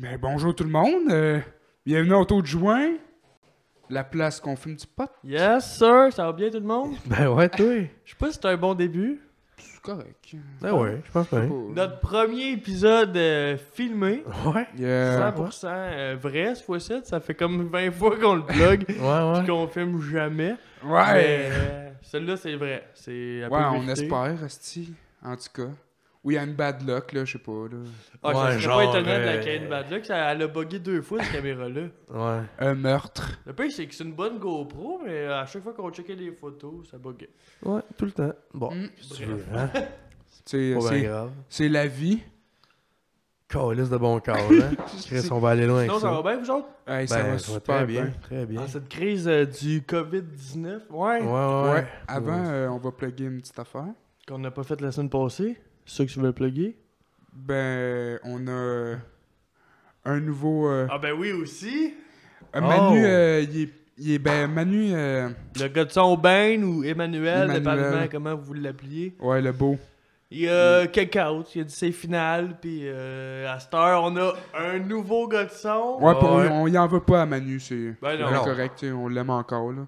Mais bonjour tout le monde. euh, bienvenue au taux de juin. La place qu'on fume du pot. Yes, sir, ça va bien tout le monde? Ben ouais, toi. Je sais pas si c'est un bon début. C'est correct. Ben ouais, je pense pas. Notre premier épisode euh, filmé, Ouais. Yeah. 100% euh, vrai ce fois-ci. Ça fait comme 20 fois qu'on le blog Ouais, ouais. et qu'on filme jamais. Mais, Ouais. euh, Celui-là, c'est vrai. C'est Ouais, on espère, Asti. En tout cas. Ou il y a une bad luck, là, je sais pas. Là. Ah, ça Ouais, serait genre, pas étonnant de la euh, Kate Bad Luck. ça- Elle a bugué deux fois, cette caméra-là. Ouais. Un meurtre. Le pire, c'est que c'est une bonne GoPro, mais euh, à chaque fois qu'on checkait les photos, ça buguait. Ouais, tout le temps. Bon, Mm. si tu veux, hein. Tu sais, Oh. Pas bien C'est grave. c'est la vie. Calice de bon corps, hein. Chris, on va aller loin avec Sinon, ça ça. va bien, vous autres? Hey, ça Ben, va ça va super très bien. Ah, bien. Très bien. Dans cette crise euh, du COVID-19, ouais, Ouais, ouais, Ouais. ouais. Avant, euh, on va plugger une petite affaire. qu'on n'a pas fait la semaine passée, ceux que tu veux plugger. Ben, on a euh, un nouveau. euh, Ah ben oui aussi. euh, Manu, Oh. euh, il est, il est- Ben, Manu. euh, Le gars de son bain ou Emmanuel, Emmanuel. dépendamment comment vous l'appeliez. ouais, le beau. Il y a Mm. kick out, il y a du save final, puis euh, à cette heure, on a un nouveau gars de son. Ouais, pour Ah Ouais. lui, on y en veut pas à Manu, c'est Ben non. c'est Non. correct, tu sais, on l'aime encore là.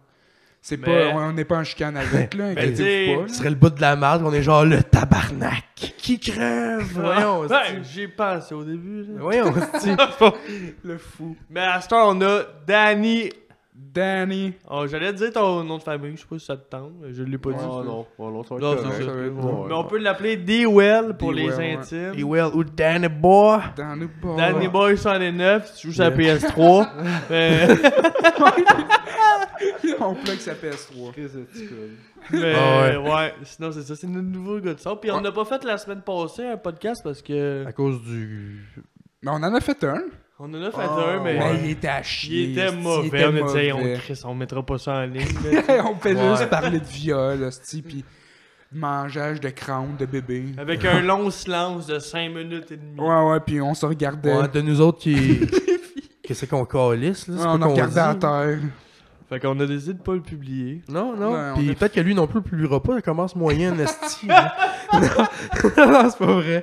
C'est Mais- pas on n'est pas en chicane avec là, Mais inquiétez-vous pas. tu Ce là. serait le bout de la marde qu'on est genre le tabarnak. Qui crève? Voyons, Ouais, c'est- J'y ai Ah. Ben, pensé au début. là. Voyons, c'est- Le fou. Mais à cette heure, on a Danny. Danny. Oh, J'allais te dire ton nom de famille, je sais pas si ça te tente, mais je l'ai pas Ouais. dit. non, non, non, ça va Non, être c'est correct. ça. va être Ouais, bon. Mais on peut l'appeler D-Well pour les D-Well, ouais. intimes. He will ou Danny Boy. Danny Boy. Danny Boy 109, si tu joues sur la Yeah. PS3. mais, on plug sa PS3. Chris, c'est petit cool. mais, Ah ouais. sinon c'est ça, c'est notre nouveau gars de son. Puis on n'a pas fait la semaine passée un podcast parce que À cause du. Mais on en a fait un. on en a fait Ah, un, mais Mais il était à chier. il était hostie, mauvais. était on a dit, Hey, on, mauvais. Chris, on mettra pas ça en ligne. on fait Ouais. juste parler de viol, hostie, puis de mangeage de crâne de bébé. Avec un long silence de 5 minutes et demie. Ouais ouais, puis on se regardait. Ouais, de nous autres qui. Qu'est-ce qu'on calisse, là? Ouais, C'est pas on a qu'on regardé à dit. terre. Fait qu'on a décidé de pas le publier. Non, non. Ouais, on Puis a- peut-être que lui non plus le publiera pas. Elle commence moyen esti. là. non, non c'est pas vrai.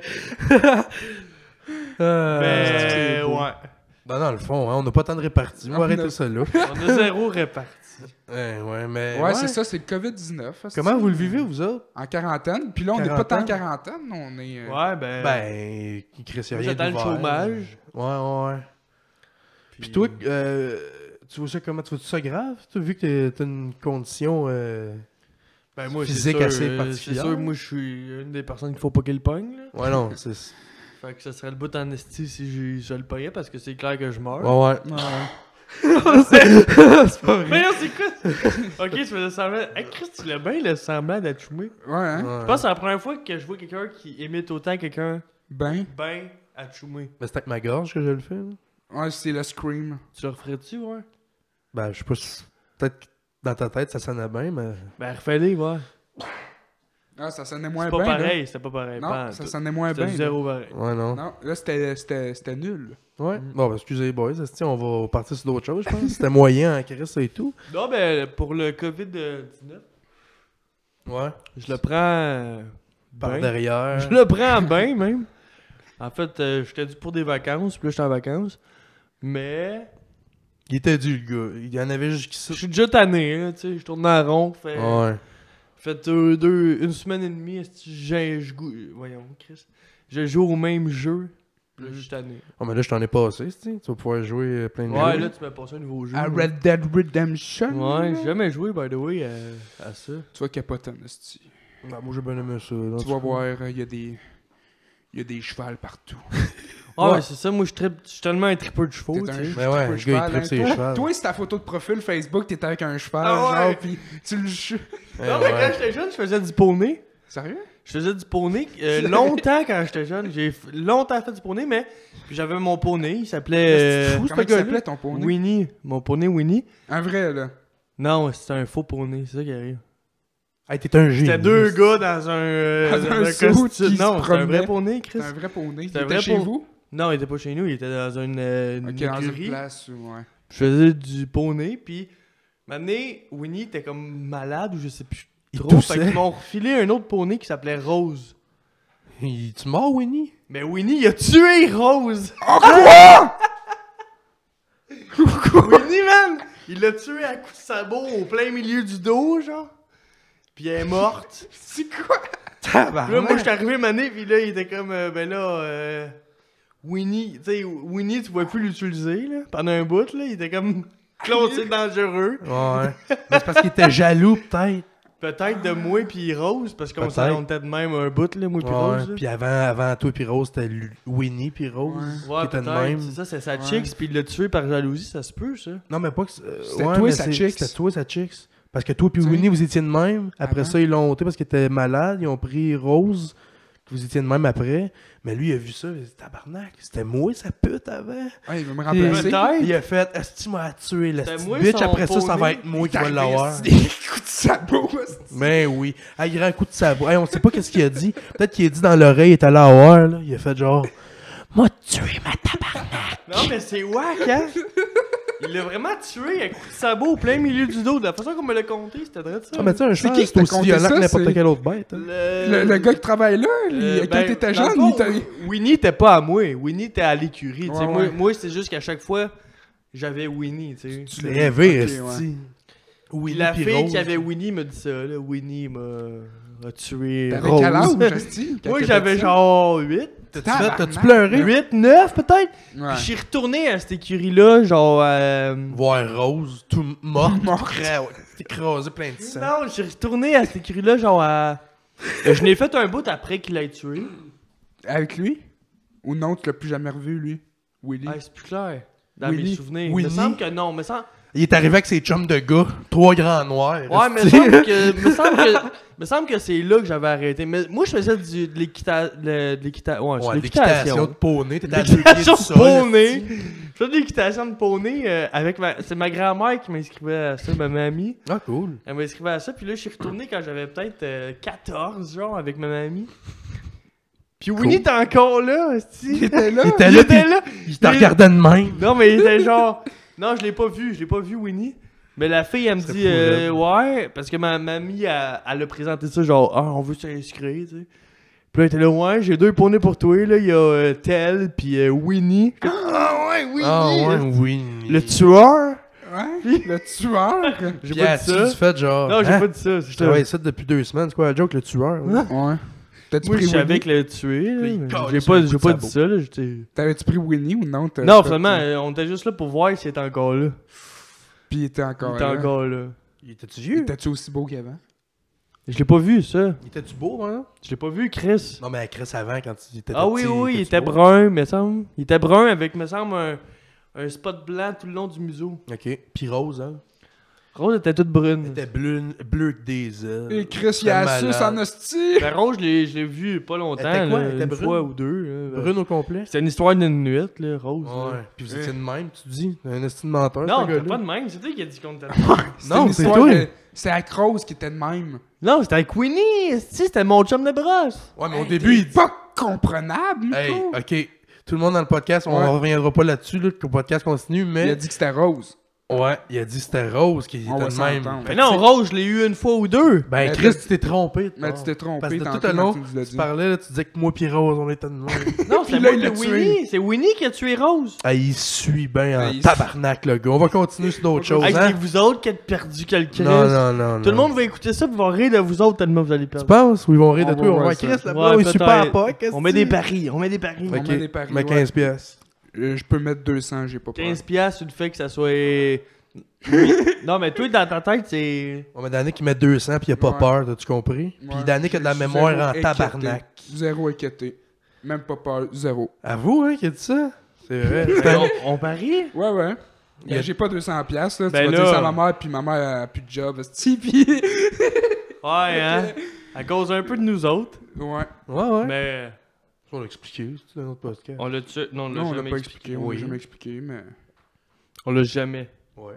Euh, Mais c'est beau. ouais, Ben, dans le fond, hein, on n'a pas tant de réparties. On Non, va arrêter non. ça là. on a zéro réparti. ouais, ouais, mais. Ouais, c'est ça, c'est le Covid-19. hostie. Comment vous le vivez, vous autres En quarantaine. Puis là, on n'est pas tant en Quarantaine. quarantaine, on est. euh, Ouais, ben. Ben, qui crée rien. moi, j'attends le d'ouvert. chômage. Ouais, ouais, ouais. Puis toi, euh, tu vois ça comment Tu vois ça grave Tu vu que t'es- t'as une condition. euh, Ben, moi, c'est physique sûr, assez euh, particulière. C'est sûr, moi, je suis une des personnes qu'il faut pas qu'elle pogne. là. Ouais, non, c'est. Fait que ça serait le bout en esti si je, je le payais parce que c'est clair que je meurs. Ouais, ouais. ouais. c'est pas Mais vrai. non, c'est quoi? ok, tu faisais semblant. Hey, Chris, tu l'as bien le semblant d'achoumer. Ouais, hein? Je Ouais. pense que c'est la première fois que je vois quelqu'un qui imite autant quelqu'un Ben. ben achoumer. Mais c'est avec ma gorge que je le fais. là. Ouais, c'est le Scream. Tu le referais-tu, ouais? Ben, je sais pas si. Peut-être que dans ta tête, ça sonnait bien, mais. Ben, refais-les, ouais. Ah, ça sonnait moins C'est pas bien. là. pareil, c'est pas pareil. pas en Non, ça tout. sonnait moins C'était bien. du là. zéro pareil. Ouais, non. Non, là, c'était- c'était c'était nul. Ouais. Mm. Bon, ben, excusez, boys. esti, on va partir sur d'autres choses, je pense. C'était moyen en Chris et tout. Non, ben, pour le COVID-19, Ouais. je le prends. euh, Par ben. derrière. Je le prends bien, même. En fait, euh, j'étais dû pour des vacances, puis là, j'étais en vacances. Mais. Il était dû, le gars. Il y en avait Je jusqu'ici. suis déjà tanné, là, tu sais. Je tourne en rond. Fait, Ah, Ouais. fait deux, deux- une semaine et demie, est-ce que j'ai- je goût. Voyons, Chris. Je joue au même jeu. Puis là, je suis tanné. Oh, mais là, je t'en ai passé, esti. tu vas pouvoir jouer euh, plein de Ouais, jeux. là, tu m'as passé un nouveau jeu. À là. Red Dead Redemption. Ouais, j'ai jamais joué, by the way, à, à ça. Tu vas capoter, Nasty. Ben, moi, j'ai bien aimé ça. là, Tu vas voir, euh, il y a des. Il y a des chevals partout. Ah, Ouais. ouais, c'est ça, moi, je trippe- je suis tellement un tripeur de chevaux, T'es un tu sais. chevaux. Mais ouais, peux le cheval, gars, il tripe hein, ses chevals. Toi, c'est ta photo de profil Facebook, t'es avec un cheval, Ah ouais. genre, pis tu le chou- Ouais, Non, mais Eh, ouais. quand j'étais jeune, je faisais du poney. Sérieux? Je faisais du poney euh, longtemps quand j'étais jeune. J'ai f- longtemps fait du poney, mais puis j'avais mon poney. Il s'appelait. euh, Comment il s'appelait ton poney? Winnie. Mon poney Winnie. Un vrai, là. Non, c'était un faux poney, c'est ça qui arrive. Hey, t'es un génie. C'était deux gars dans un. euh, Dans un suit costume. qui se Non, c'était un vrai promenait. poney, Chris. C'est un vrai poney. Il C'est un était vrai chez poney. vous? Non, il était pas chez nous, il était dans une, euh, une Ok, dans une écurie. place, ou- ouais. Je faisais du poney, puis. M'amener, Winnie était comme malade ou je sais plus Il trop. Fait toussait. qu'ils m'ont refilé un autre poney qui s'appelait Rose. Il- Tu mords, Winnie Mais Winnie, il a tué Rose! Oh, quoi? Winnie, man! Il l'a tué à coups de sabot au plein milieu du dos, genre. Puis elle est morte. C'est quoi? Puis là, moi, je suis arrivé mané, puis là, il était comme, euh, ben là, euh, Winnie, tu sais, Winnie, tu pouvais plus l'utiliser, là, pendant un bout, là, il était comme, Claude, c'est dangereux. Ouais. Mais c'est parce qu'il était jaloux, peut-être. Peut-être de moi puis Rose, parce qu'on Peut-être. s'en était de même un bout, là, moi puis Rose. Ouais. là. Puis avant, avant toi, puis Rose, c'était Lu- Winnie, puis Rose. Ouais, qui était de peut-être. même. C'est ça, c'est sa Ouais. chicks, puis il l'a tué par jalousie, ça se peut, ça. Non, mais pas que. c'est- euh, C'était toi mais et sa c'est- chicks. C'était toi et sa chicks. Parce que toi puis Tu sais. Ah Winnie, vous étiez de même. Après Avant. ça, ils l'ont ôté parce qu'il était malade. Ils ont pris Rose, que vous étiez de même après. Mais lui, il a vu ça. Il a dit Tabarnak, c'était moi, sa pute avant. Ouais, Ah, il veut me Et- remplacer. Il a fait Est-ce tu m'as tué, la C'était petite moi, bitch son Après ça, ça va paumé. être moi Il qui est va arrivé, l'avoir. c'est Des coups de sabot. c'est- Mais oui, un grand coup de sabot. Hey, on sait pas qu'est-ce qu'il a dit. Peut-être qu'il a dit dans l'oreille, il est allé à avoir, là. Il a fait genre, moi tuer ma tabarnak. Non, mais c'est wack, hein? Il l'a vraiment tué à coups de sabot au plein milieu du dos. De la façon qu'on me l'a compté, c'était vrai de ça. Ah, mais tu sais, un C'est chat, qui qui c'est t'a aussi conté violent ça, que c'est- n'importe quelle autre bête. hein. Le, le gars qui travaille là, il- Euh, quand ben, t'étais dans le jeune, fond, il t'a- Winnie était pas à moi. Winnie était à l'écurie. tu sais. Ouais, Moi, ouais. moi, c'est juste qu'à chaque fois, j'avais Winnie. tu sais. Tu l'as rêvé, Ok, ouais. esti. Puis Oui, la fille qui avait Winnie me dit ça. Là. Winnie m'a a tué. T'avais Rose. quel âge, Justy? Moi, j'avais genre 8. Tabarnak. T'as-tu pleuré? 8, 9 peut-être. Ouais. Puis je suis retourné à cette écurie-là, genre. euh, Voir Rose, tout morte. Morte. cra- écrasé plein de sang. Non, je suis retourné à cette écurie-là, genre à. euh, je n'ai fait un bout après qu'il l'ait tué. Avec lui? Ou non, tu l'as plus jamais revu, lui? Willy? Ah, c'est plus clair. Dans Winnie. mes souvenirs. Il me Winnie. semble que non. Me semble... Il est arrivé avec ses chums de gars, trois grands noirs. Ouais, mais me esti. semble que, me semble que, me semble que c'est là que j'avais arrêté. Mais moi, je faisais du, de l'équita- le- de l'équita- ouais, c'est Ouais, de l'équitation de l'équitation. poney, t'étais à deux pieds L'équitation du de sol, poney. esti. Je faisais de l'équitation de poney euh, avec ma, c'est ma grand-mère qui m'inscrivait à ça, ma mamie. Ah, cool. Elle m'inscrivait à ça, puis là, je suis retourné quand j'avais peut-être euh, 14, genre, avec ma mamie. Puis Winnie était encore là, Il hostie. était là? Il était Il là, était puis là. il te regardait de même. Non, mais il était genre. Non, je l'ai pas vu, je l'ai pas vu, Winnie. Mais la fille, elle me C'est dit, pour euh, elle. ouais, parce que ma mamie, elle, elle a présenté ça, genre, ah, on veut s'inscrire, tu sais. Puis là, elle était là, ouais, j'ai deux poneys pour toi, là, il y a euh, Tel, puis euh, Winnie. Ah ouais, Winnie! Ah ouais, oui. Le tueur? Ouais, le tueur? J'ai Puis pas elle dit dit, ça. Tu fais genre. Non, j'ai hein? pas dit ça, c'est Je travaille ça depuis deux semaines, c'est quoi la joke, le tueur? ouais? Hein? Ouais. T'as-tu Moi, je pris savais Winnie? que le tuer, là, Là, il mais colle j'ai sur pas, le coup j'ai de pas dit sabot. ça, là, j'étais... T'avais-tu pris Winnie ou non? T'as- Non, t'as- finalement, euh, on était juste là pour voir si était encore là. Puis il était Il encore était là. encore là. Il était-tu Il vieux? était-tu aussi beau qu'avant? Je l'ai pas vu, ça. Il était-tu beau, hein? Je l'ai pas vu, Chris. Non, mais Chris avant, quand il était Ah oui, petit, oui, il était-tu était beau? brun, me semble. Il était brun avec, me semble, un, un spot blanc tout le long du museau. Ok. Puis rose, hein? Rose était toute Il brune. était bleu, bleu que des Euh, ailes. Et Chris, il C'était a su malade. en hostie! La Ben, Rose, je l'ai je l'ai vu pas longtemps. Elle était quoi? là, Elle était une brune? fois ou deux. là. Brune au complet? C'était une histoire d'une nuit, là, Rose. là. Ouais. Puis vous étiez de même, tu dis? Un estime menteur, Non, t'es ce pas gars-là. de même. C'est toi qui as dit qu'on était. C'était Non, une c'est histoire toi. de- C'est la Crose qui était de même. non, c'était avec Winnie. Si, c'était mon chum de brosse. Ouais, mais au Hey, début, t'es il dit. pas comprenable, Nico! Hey, ok. Tout le monde dans le podcast, on Ouais. reviendra pas là-dessus, là, que le podcast continue, Il a mais. dit que c'était Ah rose. Ouais, il a dit que c'était Rose qui était On va de même. s'entendre. Mais Fait que Ben non, c'est- Rose, je l'ai eu une fois ou deux. Ben, Mais Chris, t'es- tu t'es trompé. Ah. Mais tu t'es trompé Parce que tantôt tout le quand long, tu nous l'as tu dit. parlais, là, tu disais que moi pis Rose, on était de même. Non, Puis c'est là, moi il l'a qui- tué. Winnie. C'est Winnie qui a tué Rose. Ah, il suit bien Ah, en il- tabarnak, le gars. On va continuer sur d'autres choses, Hey, c'est hein? vous autres qui êtes perdu quelqu'un. Non, non, non. Tout le non. monde va écouter ça et va rire de vous autres tellement vous allez Tu perdre. penses? Ou ils vont rire de On toi? va On va voir Chris, ça. là-bas, Oh, Ouais, il suit pas à peut-être. pas. qu'est-ce On met des que tu- paris, on met des paris. On Ok, met des paris, Mais ouais. 15 piastres. Euh, Je peux mettre 200, j'ai pas peur. 15 piastres sur le fait que ça soit... non, mais toi, dans ta tête, c'est... On met Danick qui met 200 puis il a pas Ouais. peur, t'as-tu compris? Ouais, Puis Danick a de la je suis zéro mémoire en inquiété. tabarnak. Zéro inquiété. Même pas peur, zéro. Avoue, hein, qui a dit ça? C'est vrai. on, on parie? Ouais, ouais. Il y a- Ben, J'ai pas 200 piastres, là. Ben tu vas là- dire ça à ma mère, puis ma mère elle a plus de job. esti, puis- Ouais, hein? À cause un peu de nous autres, ouais. Ouais, ouais. mais... On l'a expliqué, c'est un autre podcast. On l'a tu... Non, on l'a Non, on l'a jamais pas expliqué. expliqué. On l'a Oui. jamais expliqué, mais... On l'a jamais. Ouais.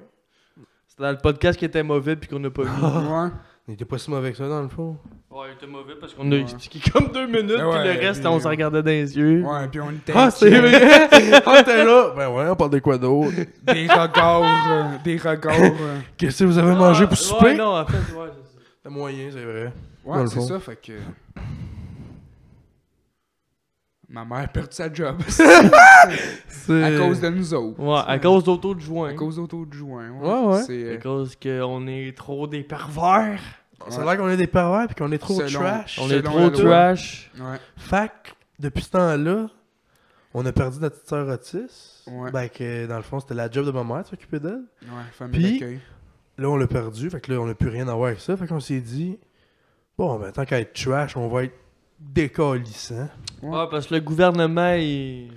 C'était dans le podcast qui était mauvais puis qu'on n'a pas Ah. vu. Ouais. Il était pas si mauvais que ça, dans le fond. ouais, il était mauvais parce qu'on a Ouais. expliqué comme deux minutes Ben ouais, puis le reste, puis- on s'en regardait dans les yeux. Ouais, puis on était... Ah, c'est vrai! Ah, t'es là! Ben ouais, on parle de quoi d'autre? Des regards, euh, des regards... euh. Qu'est-ce que vous avez Ah, mangé pour Ouais, souper? non, en fait, ouais, c'est ça. C'est moyen, c'est vrai. Dans Ouais, le c'est fond. ça, fait que... Ma mère a perdu sa job C'est- à cause de nous autres. Ouais, à cause d'auto de joint. À cause d'autres joints. Ouais, ouais. C'est, euh, À cause qu'on est trop des pervers. Ça a l'air qu'on est des pervers puis qu'on est trop Selon- trash. On Selon est trop la loi. trash. ouais. Fac, depuis ce temps-là, on a perdu notre sœur Otis. Ouais. Ben, que dans le fond, c'était la job de ma mère de s'occuper d'elle. Ouais, Puis- famille d'accueil. Là, on l'a perdu. Fait que là, on n'a plus rien à voir avec ça. Fait qu'on s'est dit, bon, ben, tant qu'à être trash, on va être décalissant. Ouais. Ouais, parce que le gouvernement, il.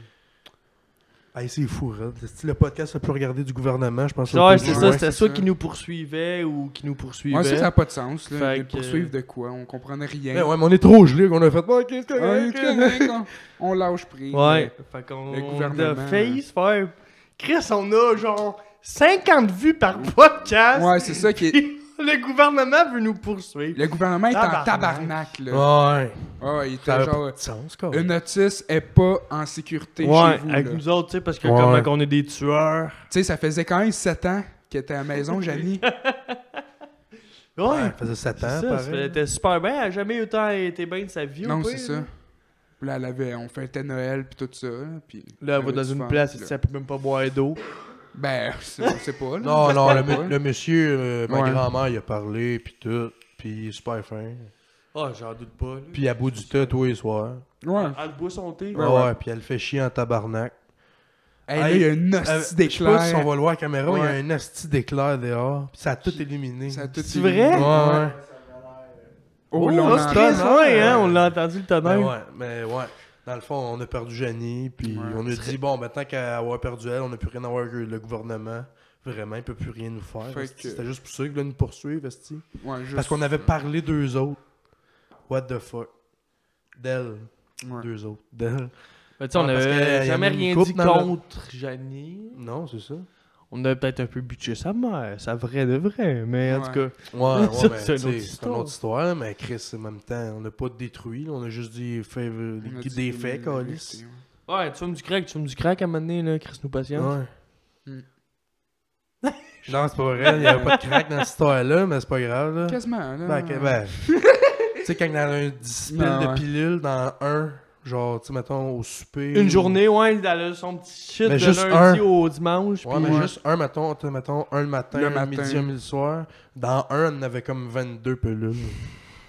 Hey, c'est fou, Red. C'est le podcast le plus regardé du gouvernement, je pense. aux Ouais, pays c'est du ça, Nord. c'est c'était soit ça. qui nous poursuivait ou qui nous poursuivait. ben, Ouais, ça, ça n'a pas de sens. Là. Fait Ils que- poursuivent de quoi On comprenait rien. Mais Ben ouais, mais on est trop gelé qu'on a fait. Bon, ok, c'est correct, Ouais, ok. correct, on- on lâche prise. Ouais. Fait qu'on Le on a gouvernement. failli se faire. Chris, on a genre 50 vues par podcast. Ouais, c'est ça qui est. le gouvernement veut nous poursuivre. Le gouvernement est en Tabarnak. tabarnak, là. Ouais. Ouais, il Ça était a pas genre. de sens, quoi. Une notice est pas en sécurité Ouais, chez vous. avec là. nous autres, tu sais, parce que Ouais. comment qu'on est des tueurs. Tu sais, ça faisait quand même 7 ans qu'elle était à la maison, Janie. Ouais, Hein, Ouais, ça faisait 7 c'est ans, ça, ça fait- pareil. était super bien, elle a jamais autant été bien de sa vie. au non, pire, c'est ça. là. Puis Là, elle avait, on fêtait Noël puis tout ça. là, Puis Là, elle va avait dans du fun, une place, là. elle peut même pas boire d'eau. Ben, c'est on sait pas. Là, Non, non, le, J'espère mu- le monsieur, euh, ma Ouais. grand-mère, il a parlé, puis tout, puis super fin. Ah, j'en doute pas. Là. Puis à bout du thé tous les soirs. pas. Ouais. Elle boit son thé. Ouais, Ouais, ouais. puis elle le fait chier en tabarnak. Hey, là, il y a une Euh, hostie Je sais pas si on d'éclair. va le voir à la caméra, il y a Ouais. un asti d'éclair dehors, puis ça a tout éliminé. Ça a tout C'est été- vrai? Ouais, ouais. Oh, là, là, on c'est entend. très entend. loin, hein, on l'a entendu le Mais tonnerre. Ben ouais, mais ouais. Dans le fond, on a perdu Janie, puis Ouais. on a dit, bon, maintenant qu'à avoir perdu elle, on n'a plus rien à voir avec le gouvernement. Vraiment, il peut plus rien nous faire. Fait esti. que- C'était juste pour ça qu'il voulait nous poursuivre, esti. Ouais, juste- Parce qu'on avait parlé d'eux autres. What the fuck? D'elle. Ouais. Deux autres. D'elle. Mais tu sais, on Ouais, parce que, euh, avait y avait jamais une rien couple dit dans le- contre Janie. Non, c'est ça. Ouais, On a peut-être un peu butché sa mère, ça vrai de vrai, mais en Ouais. tout cas. ouais, Ça, ben, c'est une tu autre sais, c'est une histoire. autre histoire, là, mais Chris, en même temps, on n'a pas détruit, là, on a juste dit fait, euh, on a des, dit des que- faits, la Calis. vérité, ouais. Ouais, tu fumes du crack, tu fumes du crack à un moment donné, là, Chris nous patiente. Ouais. Hmm. non, c'est pas vrai, il n'y avait pas de crack dans cette histoire-là, mais c'est pas grave. Là. Quasiment, là. Ben, que- ben, tu sais, quand il y en a un 10 piles Non, de ouais. pilules dans un, genre, tu sais, mettons, au souper. Une ou- journée, ouais, elle a son petit shit Mais de juste lundi un. au dimanche. Ouais, puis- mais Ouais. juste un, mettons, tu sais, mettons, un le matin, Le un matin. midi, un midi le soir. Dans un, on en avait comme 22 pilules.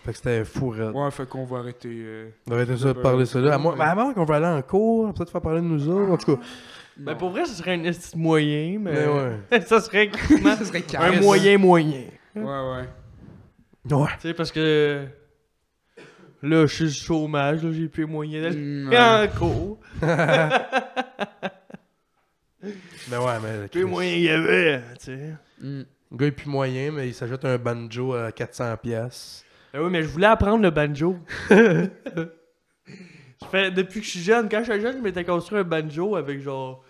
fait que c'était fou, raide. Ouais, fait qu'on va arrêter. euh, On aurait été Ouais, ça de ben, parler ça là. À moins- ouais. ben, Avant qu'on va aller en cours, peut-être faire parler de nous autres. En tout cas, Ben, non. pour vrai, ce serait un esti de moyen, mais. mais ouais. ça serait Ça serait un carré, moyen moyen. ça. Ouais, ouais. Ouais. Tu sais, parce que. Là, je suis au chômage, là, j'ai plus les moyens d'aller Mm, ouais. en cours. Mais Ben ouais, mais. Plus les Chris, moyens qu'il y avait, tu sais. Mm. Le gars est plus moyen, mais il s'ajoute un banjo à 400$. piastres. Ben oui, mais je voulais apprendre le banjo. Je fais- depuis que je suis jeune, quand j'étais jeune, je m'étais construit un banjo avec genre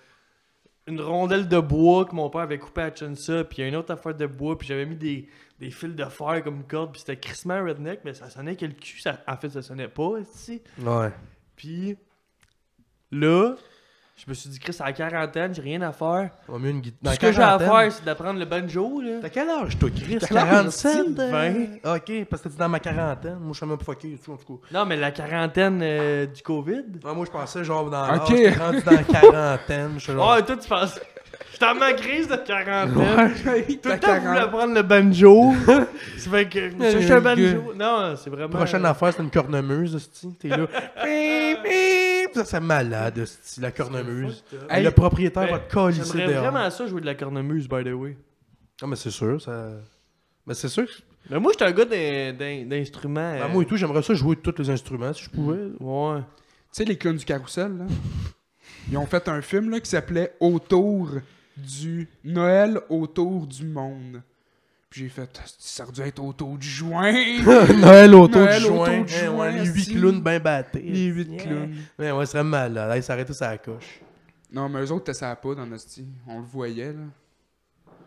une rondelle de bois que mon père avait coupée à Chensa, puis une autre affaire de bois, puis j'avais mis des, des fils de fer comme corde, puis c'était crissement redneck, mais ça sonnait que le cul. Ça, en fait, ça sonnait pas, ici. Ouais. Puis là, je me suis dit, Chris, à la quarantaine, j'ai rien à faire. On mieux une guitare. Tout ce que j'ai à faire, c'est d'apprendre le banjo, là. T'as quel âge, toi, Chris? T'as 47? 47, euh, Ok, parce que t'es dans ma quarantaine. Moi, je suis même pas fucké, tout, en tout cas. Non, mais la quarantaine euh, du COVID. Ouais, moi, je pensais genre dans l'âge, Ok. j'étais rendu dans la quarantaine. Je suis genre... Ah, toi, tu penses. J'étais en ma crise de quarantaine. Tout Ta le temps, je voulais quarante. apprendre le banjo. c'est fait que. Je suis un banjo. Non, c'est vraiment. Euh, euh, Prochaine affaire, c'est une cornemuse, hostie. T'es là. Pim, pim. Ça, c'est malade, hostie, la cornemuse. Hey, le propriétaire Ben, va te colisser J'aimerais dehors. vraiment ça jouer de la cornemuse, by the way. Ah, mais c'est sûr, ça. Mais c'est sûr. que- Mais Ben, moi, j'étais un gars d'in- d'in- d'instruments. Ben, euh, moi et tout, j'aimerais ça jouer de tous les instruments si je pouvais. Ouais. Tu sais, les clowns du carrousel, là. Ils ont fait un film là, qui s'appelait Autour du Noël autour du monde. Puis j'ai fait, Asti, ça aurait dû être autour du juin. Noël autour Noël du autour juin. du Hein, juin, ouais, les huit hostie. clowns bien battés. Les huit Yeah. clowns. Ouais, ouais, ce serait malade. Hey, s'arrêter sur la coche. Non, mais eux autres, t'as ça pas dans Nostie. On le voyait, là.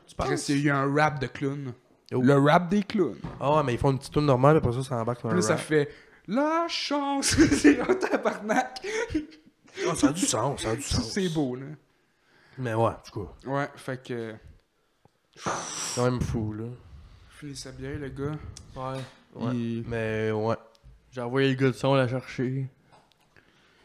Tu Parce qu'il y a eu un rap de clowns. Oh. Le rap des clowns. Ah ouais, mais ils font une petite tune normale, puis après ça, ça embarque dans Puis un là, ça rap. fait La chance. C'est un tabarnak. Ah, ça a du sens, ça a du sens. C'est beau, là. Mais ouais, en tout cas, Ouais, fait que. c'est quand même fou, là. Finissait bien, le gars. Ouais. Ouais. Il- Mais ouais. J'ai envoyé le gars de son la chercher.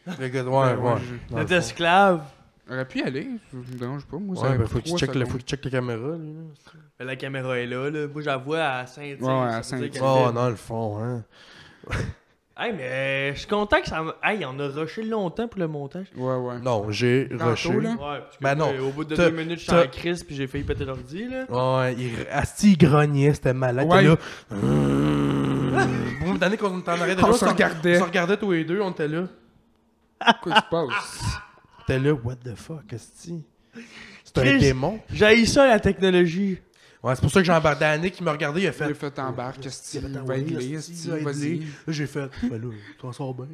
Le gars, Ben, ouais, ouais. je- dans le D'être fond. esclave. J'aurais pu y aller, je me dérange pas. Moi, ça Ouais, aurait ben, pris faut qu'il trois check, la- faut secondes. qu'il check la caméra, lui. là. Mais Ben, la caméra est là, là. Moi, j'avoue à Saint-Tire. Ouais, ouais, à ça veut dire Saint-Tire. qu'elle Oh, fait- dans le fond, hein. Hey, mais je suis content que ça. m- Hey, on a rushé longtemps pour le montage. Ouais, ouais. Non, j'ai Tantôt, rushé. là. Ouais, parce que Ben non, euh, au bout de t'as- deux minutes, je suis t'as- en crise puis j'ai failli péter l'ordi, là. Ouais, il... Asti, il grognait, c'était malade. Ouais. T'es là. Vous me donnez qu'on était en arrêt de Ah, On là, se regardait. On se regardait tous les deux, on était là. Quoi qui se passe? T'es là, what the fuck, Asti? C'est un Chris. démon. J'ai ça, la technologie. Ouais, c'est pour ça que j'ai embarqué Annick qui m'a regardé, il a J'ai fait. fait en barque, qu'est-ce Il que avait tu tant vas envoyé, aider, esti, esti, va aider. vas-y. Là, j'ai fait, ben là, t'en sors bien.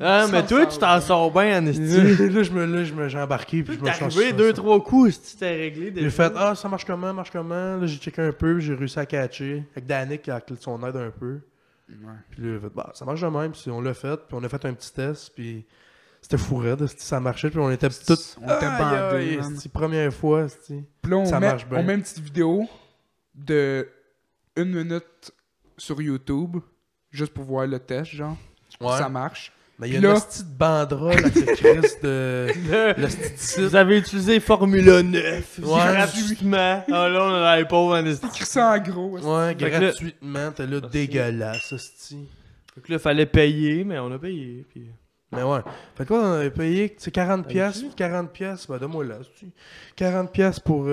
Ah, Ça mais toi, sort tu t'en bien. sors bien, Anesti. là, je me, là, je me, j'ai embarqué, puis Tu je t'es me arrivé deux, trois coups, si tu t'es réglé. J'ai déjà. fait, ah, ça marche comment, marche comment. Là, j'ai checké un peu, puis j'ai réussi à catcher. Avec Danick, avec son aide un peu. Ouais. Puis là, il a fait, bah, ça marche de même, puis on l'a fait, puis on a fait un petit test, puis c'était fou raide, esti, ça marchait, puis on était tous. On était Aïe, bandés, aïe, man. esti, Première fois, esti. Puis là, on, Ça met, marche bien. on met une petite vidéo de une minute sur YouTube, juste pour voir le test, genre. Ouais. Ça marche. Mais il y a Puis une là- petite banderole avec le Christ de. De- Le esti de site. Vous avez utilisé Formula 9. Ouais. Gratuitement. Ah là, on a la pauvre, Anesti. Écrit ça en gros. esti. Ouais, Fait que là- gratuitement, t'es là Merci. dégueulasse, hostie. Fait que là, fallait payer, mais on a payé. Puis... Mais ouais. Fait que quoi, on avait payé, tu sais, 40 T'as pièces, vu? 40 pièces, bah donne-moi là, hostie. 40 pièces pour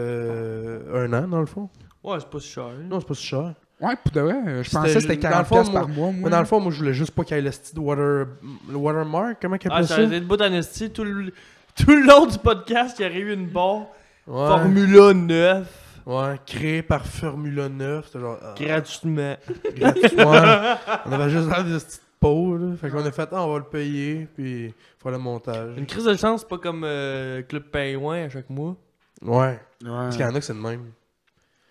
euh, un an, dans le fond. Ouais, c'est pas si cher. Non, c'est pas si cher. Ouais, pour de vrai, euh, je C'était- pensais que c'était dans le 40$ fond, piastres moi- par mois. Mais Moi. dans le fond, moi, je voulais juste pas qu'il y ait le style water... le watermark, comment qu'il Ah, appelle ça ça? a été de bout d'Anesti tout le... tout le long du podcast, il y aurait eu une barre. Ouais. Formula 9. Ouais, créé par Formula 9, c'était genre... ah, Gratuitement. gratuit. Ouais. on avait juste l'air de petite peau, là. Fait qu'on a fait, ah, on va le payer, puis faire le montage. Une crise de chance, c'est pas comme euh, Club Pingouin à chaque mois. Ouais, Ouais. parce qu'il y en a que c'est le même.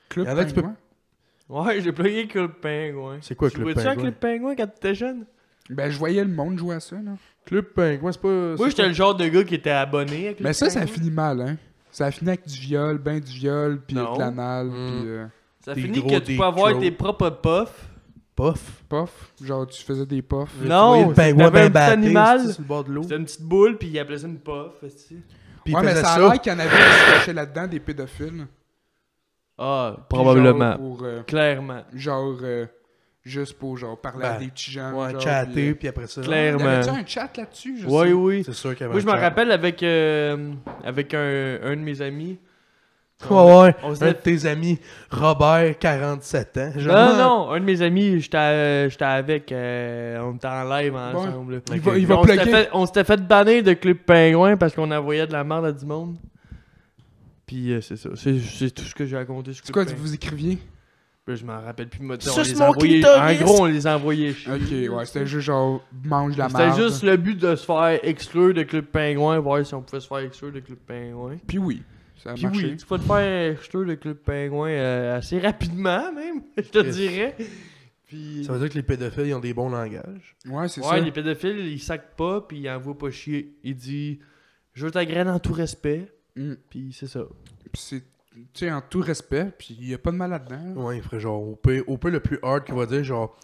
Club y en a que tu peux- Pingouin. Ouais, j'ai playé Club Pingouin. C'est quoi, Tu Club jouais-tu à Pingouin? Club Pingouin quand t'étais jeune? Ben, je voyais le monde jouer à ça, là. Club Pingouin, c'est pas... Moi, c'est j'étais le genre de gars qui était abonné à Club Mais ça, ça Pingouin. finit mal, hein. Ça a fini avec du viol, ben du viol, puis Non. de l'anal, Mm. puis euh, Ça Des finit gros que tu des peux avoir crocs. tes propres puffs. Pof. puff. Genre, tu faisais des puffs. Ouais. Non, Tu voyais le pingouin t'avais un bien petit batté, animal. c'était sur le bord de l'eau. C'était une petite boule, puis il appelait ça une puff. esti. Puis il ouais, mais faisait ça a l'air qu'il y en avait qui se cachaient là-dedans, des pédophiles. Ah, Puis probablement. Genre, pour, euh, Clairement. genre euh, juste pour genre parler à Ben, des petits gens. Ouais, genre, chatter, puis, puis après ça. euh, y Clairement. avait-tu un chat là-dessus? Je Oui, sais. oui. C'est sûr qu'il y avait Moi, un je m'en chat. rappelle avec, euh, avec un, un de mes amis. Ouais, ouais. On Un de faisait- tes amis, Robert, 47 ans. Genre, Non, non, un de mes amis, j'étais euh, j'étais avec. euh, on était en live ensemble. Il Ok. va, il Puis va on s'était plugger. fait- On s'était fait banner de Club Pingouin parce qu'on envoyait de la merde à du monde. Puis euh, c'est ça. C'est- C'est tout ce que j'ai raconté sur C'est Club quoi, Pingouin. vous écriviez? Là, Je m'en rappelle plus. mais tu sais, Suce on les mon envoyait- En clitoris. gros, on les envoyait chier. Ok, ouais, c'était juste genre mange la C'était merde. hein. juste le but de se faire exclure de Club Pingouin, voir si on pouvait se faire exclure de Club Pingouin. Puis oui, ça a Puis marché. oui, tu peux te faire exclure de Club Pingouin euh, assez rapidement, même, je te Yes. dirais. Puis. Ça veut dire que les pédophiles, ils ont des bons langages. Ouais, c'est ouais, ça. les pédophiles, ils sacent pas, puis ils envoient pas chier. Ils disent Je t'agrène en tout respect, Mm. puis c'est ça. Puis c'est, tu sais, en tout respect, puis il y a pas de mal là-dedans. Ouais, il ferait genre au peu, au peu le plus hard qui va dire genre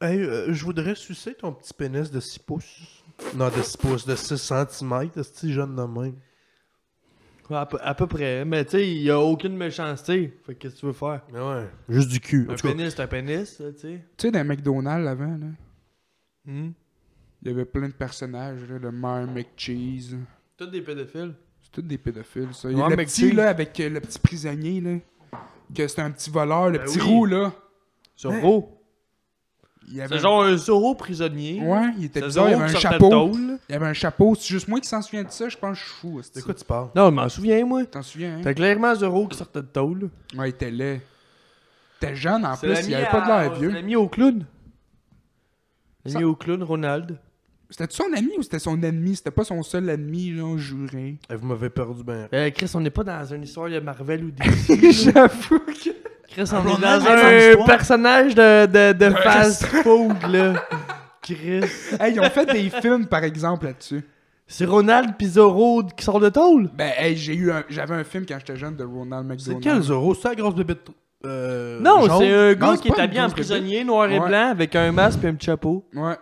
Hey, euh, je voudrais sucer ton petit pénis de 6 pouces. Non, de 6 pouces, de 6 cm, de ce petit jeune de même. Ouais, à, peu, à peu près. Mais tu sais, il y a aucune méchanceté. Fait que qu'est-ce que tu veux faire Mais ouais, juste du cul. En Un tout cas, pénis, c'est un pénis, là, tu sais. Tu sais, dans McDonald's avant, là, Hmm. il y avait plein de personnages, là, le Mayor McCheese. Tous des pédophiles. C'est tous des pédophiles, ça. Il y a Ouais, le mais petit, tu- là, avec euh, le petit prisonnier, là. Que c'était un petit voleur, le Ben petit oui. roux, là. Zorro. Il y avait... C'est genre un Zorro prisonnier. Eh ben. Ouais, il était C'est bizarre, il y Zorro avait qui un sortait de chapeau. tôle. Il y avait un chapeau. C'est juste moi qui s'en souviens de ça, je pense que je suis fou. de c'est quoi tu parles Non, je m'en souviens, moi. T'en souviens, hein? T'as clairement Zorro qui sortait de tôle. Ouais, il était laid. Il était jeune, en plus, il avait pas de l'air C'est vieux. l'ami au clown. L'ami Ça- au clown, Ronald. C'était-tu son ami ou c'était son ennemi? C'était pas son seul ennemi, là, juré. Eh, Vous m'avez perdu ben. Euh, Chris, on n'est pas dans une histoire de Marvel ou des... J'avoue que... Chris, Ah, on est on est dans dans une un histoire. personnage de, de, de fast-food, là. Chris. Hey, ils ont fait des films, par exemple, là-dessus. C'est Ronald pis Zorro qui sort de tôle. Ben, hey, j'ai eu un... J'avais un film quand j'étais jeune de Ronald C'est McDonald. quel Zoro C'est la grosse bébête euh, Non, jaune? c'est un gars c'est qui est pas une habillé en grosse prisonnier, noir et Ouais. blanc, avec un masque et un petit chapeau. Ouais.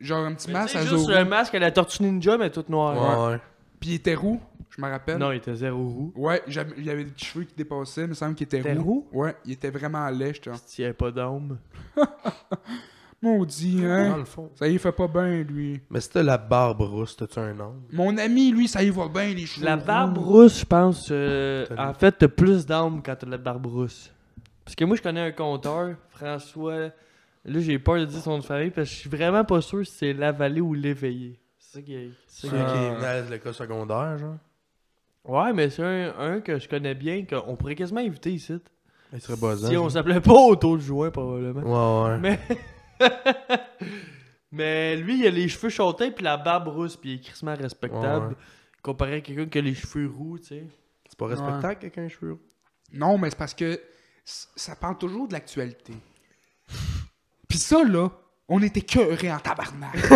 Genre un petit Mais masque C'est à juste Zorro. le masque à la tortue ninja, mais toute noire. Ouais. Ouais. Puis il était roux, je me rappelle. Non, il était zéro roux. Ouais, j'avais- il y avait des petits cheveux qui dépassaient, il me semble qu'il était, T'es roux. roux? Ouais, il était vraiment laid, j'étais genre, S'il n'y avait pas d'âme. Maudit, hein. Dans le fond. Ça y fait pas bien, lui. Mais c'était la barbe rousse, t'as-tu un angle? Mon ami, lui, ça y va bien, les cheveux. La barbe roux. rousse, je pense. euh, T'as en le- fait, t'as plus d'âme quand t'as de la barbe rousse. Parce que moi, je connais un compteur, François. Là, j'ai peur de dire son nom de famille parce que je suis vraiment pas sûr si c'est l'avalé ou l'éveillé. C'est ça qui est. c'est Celui ça qui Ah. qui est venu à l'école secondaire, genre. est- Ouais, mais c'est un, un que je connais bien, qu'on pourrait quasiment éviter ici. Il serait buzzant. Si on genre. s'appelait pas autour de juin, probablement. Ouais, ouais. Mais. Mais lui, il a les cheveux châtains puis la barbe rousse, puis il est crissement respectable. Ouais, ouais. Comparé à quelqu'un qui a les cheveux roux, tu sais. C'est pas respectable, quelqu'un, je suis Non, mais c'est parce que c- ça parle toujours de l'actualité. Puis ça, là, on était cœurés en tabarnak.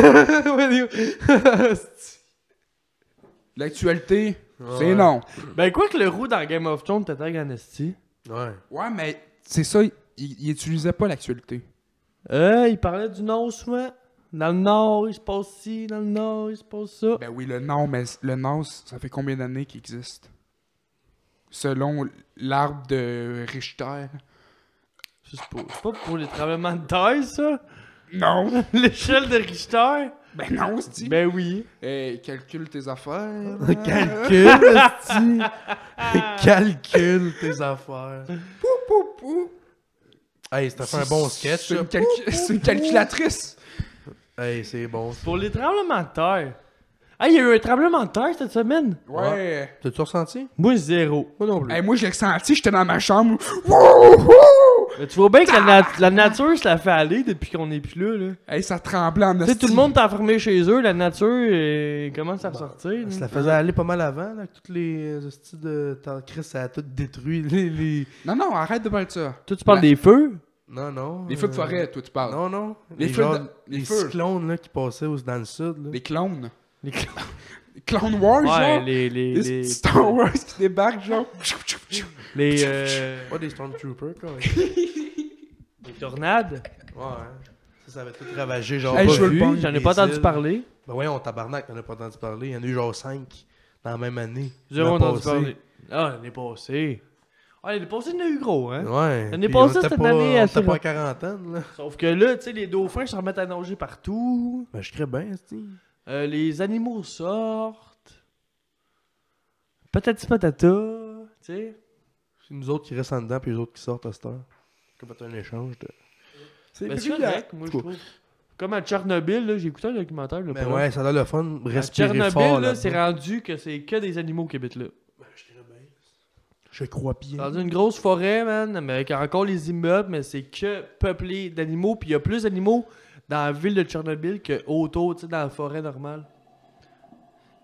L'actualité, c'est Ouais. non. Ben, quoi que le roux dans Game of Thrones t'attaque en esti. Ouais. Ouais, mais c'est ça, il, il utilisait pas l'actualité. Euh, il parlait du Nord souvent. Dans le Nord, il se passe ci, dans le Nord, il se passe ça. Ben oui, le non, mais le non, ça fait combien d'années qu'il existe? Selon l'arbre de Richter. C'est pas, c'est pas pour les tremblements de terre, ça. Non! L'échelle de Richter. Ben non, c'est dit. Ben oui. Eh, calcule tes affaires. Calcule, esti. Calcule tes affaires. Pou, pou. Hey, c'était un bon sketch, C'est ça. une, calcu- c'est une calculatrice. Hey, c'est bon. Pour les tremblements de terre. Ah, il y a eu un tremblement de terre cette semaine. Ouais. T'as-tu ressenti? Moi, zéro. Moi non plus. Hey, moi, je l'ai senti, j'étais dans ma chambre. Wouhou! Mais tu vois bien que la, nat- la nature se la fait aller depuis qu'on est plus là. là. Hey, Eh, ça tremblait en Tu sais, hostie. tout le monde est enfermé chez eux, la nature euh, commence à Bah, ressortir. Ça là. la faisait aller pas mal avant, là, avec toutes les euh, hosties de tant Chris, ça a tout détruit. Les, les- Non, non, arrête de parler de ça. Toi, tu parles La- des feux? Non, non. Les feux de euh, forêt, toi, tu parles. Non, non. Les Les, feux de- genres- les les, feux. cyclones là, qui passaient au- dans le sud. Là. Les clones. Les Les clones Wars, Ouais, genre. les. Les. Les Les. petits Star Wars qui débarquent, genre. les, euh, Pas des Stormtroopers, quoi. ouais. les tornades. hein. Ça, ça avait tout ravagé, genre. Hey, pas je veux le vu, punk, J'en ai les pas entendu îles. parler. Ben voyons, tabarnak, on a pas entendu parler. Il y en a eu genre 5 dans la même année. Zéro L'an entendu passé. parler. Ah, l'année passée. Ah, l'année passée, il y en a eu gros, hein. Ouais. L'année puis passée, on était cette pas- année, On assez était pas là. à quarantaine, là. Sauf que là, tu sais, les dauphins se remettent à nager partout. Ben, je crée bien, Steve. Euh, les animaux sortent. Patati patata. Tu sais. C'est nous autres qui restent en dedans, puis les autres qui sortent à cette heure. Comme un échange de. C'est Ben, c'est correct, moi, je Quoi? trouve. Comme à Tchernobyl, là, j'ai écouté un documentaire. Là, Mais pas long. Ben ouais, ça a l'air le fun. Ben à Respirer Tchernobyl, fort, là, là-dedans. c'est rendu que c'est que des animaux qui habitent là. Je crois bien. Dans une grosse forêt, man, mais avec encore les immeubles, mais c'est que peuplé d'animaux. Puis il y a plus d'animaux dans la ville de Tchernobyl que autour, tu sais, dans la forêt normale.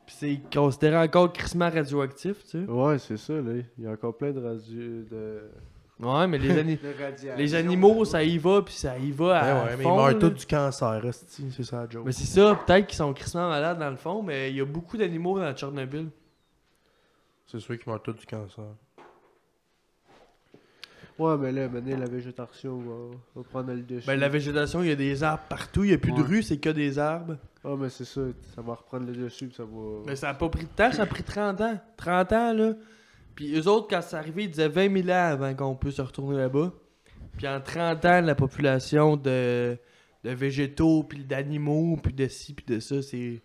Puis c'est considéré encore crissement radioactif, tu sais. Ouais, c'est ça, là. Il y a encore plein de radio... de... Ouais, mais les, ani- de radiation. les animaux, ça y va, puis ça y va Ouais, à Ben ouais, mais ils fond, meurent là. tous du cancer, esti, c'est ça la joke. Mais c'est ça, peut-être qu'ils sont crissement malades dans le fond, mais il y a beaucoup d'animaux dans Tchernobyl. C'est sûr qu'ils meurent tous du cancer. Ouais, mais là, maintenant, la végétation va, va prendre le dessus. Ben, la végétation, il y a des arbres partout, il n'y a plus de Ouais. rue, c'est que des arbres. Ah, mais c'est ça, ça va reprendre le dessus, puis ça va... Mais ça a pas pris de temps, ça a pris 30 ans. 30 ans, là. Puis eux autres, quand c'est arrivé, ils disaient 20 000 ans avant qu'on puisse se retourner là-bas. Puis en 30 ans, la population de, de végétaux, puis d'animaux, puis de ci, puis de ça, c'est.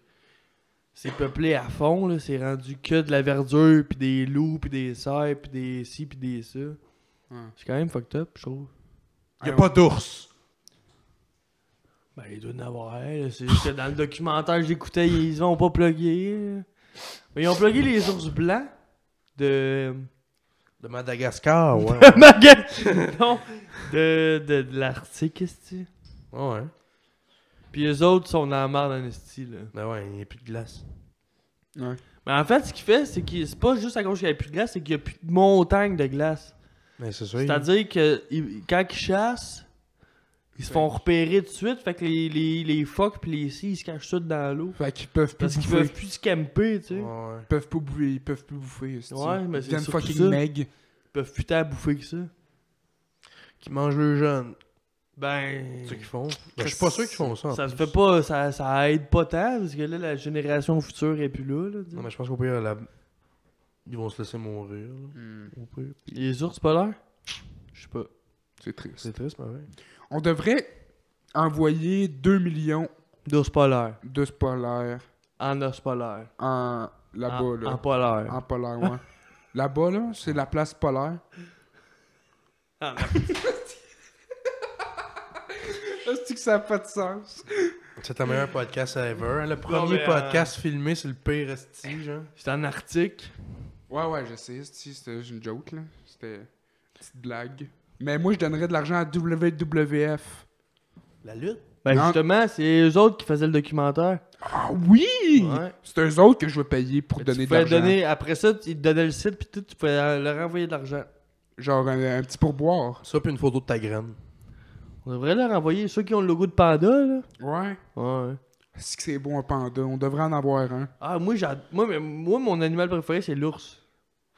C'est peuplé à fond, là. C'est rendu que de la verdure, puis des loups, puis des cerfs, puis des ci, puis des ça. C'est quand même fucked up, je trouve. Il a pas d'ours. Ben, il doit en avoir. là. C'est juste que dans le documentaire que j'écoutais, ils ont pas plugué. là. Mais ils ont plugué les ours blancs de. De Madagascar, ouais. Ma gueule! non! De, de, de l'Arctique, esti. Ah ouais, ouais. Puis eux autres sont dans la merde en esti, là. Ben ouais, il n'y a plus de glace. Ouais. Mais en fait, ce qu'il fait, c'est que c'est pas juste à cause qu'il n'y a plus de glace, c'est qu'il n'y a plus de montagne de glace. Mais Ben, c'est sûr. C'est-à-dire que ils- quand ils chassent, ils se font repérer tout de suite, fait que les, les, les phoques pis les scies, ils se cachent tous dans l'eau. Fait qu'ils peuvent plus Parce qu'ils bouffer. peuvent plus se camper, tu sais. Ouais. Ils peuvent plus bouffer. Ils peuvent plus bouffer. hostie. Ouais, mais Ils c'est deviennent surtout fucking ça. meg. Ils peuvent plus tant bouffer que ça. Qui mange le jeune. Ben. C'est ce qu'ils font. Ben, je suis pas sûr qu'ils font ça. en Ça se plus. fait pas, ça, ça aide pas tant, parce que là, la génération future est plus là. là tu sais. Non, mais je pense qu'au pire, la- ils vont se laisser mourir. là, Hmm, Au pire. Les ours polaires Je sais pas. C'est triste. C'est triste, mais ouais. On devrait envoyer 2 millions D'ours polaires. de polaires En ours polaire. en là-bas, en, Ah, là. Ah, Ah. En polaire. En polaire, ouais. là-bas, là, c'est la place polaire. Ah, Est-ce que ça n'a pas de sens? C'est ton meilleur podcast ever. hein. Le premier mais, euh, podcast filmé, c'est le pire esti, genre. C'est en Arctique. Ouais, ouais, je sais. c'est- C'était juste une joke, là. C'était une petite blague. Mais moi, je donnerais de l'argent à WWF. La lutte. Ben Non. justement, c'est eux autres qui faisaient le documentaire. Ah oui! Ouais. C'est eux autres que je veux payer pour Mais donner tu de pouvais l'argent. donner, après ça, tu- ils te donnaient le site, puis tout, tu pouvais euh, leur envoyer de l'argent. Genre un, un petit pourboire. Ça, puis une photo de ta graine. On devrait leur envoyer ceux qui ont le logo de panda, là. Ouais. Ouais. Est-ce que c'est bon un panda? On devrait en avoir un. Ah, moi, j'ad- moi, mais- moi, mon animal préféré, c'est l'ours.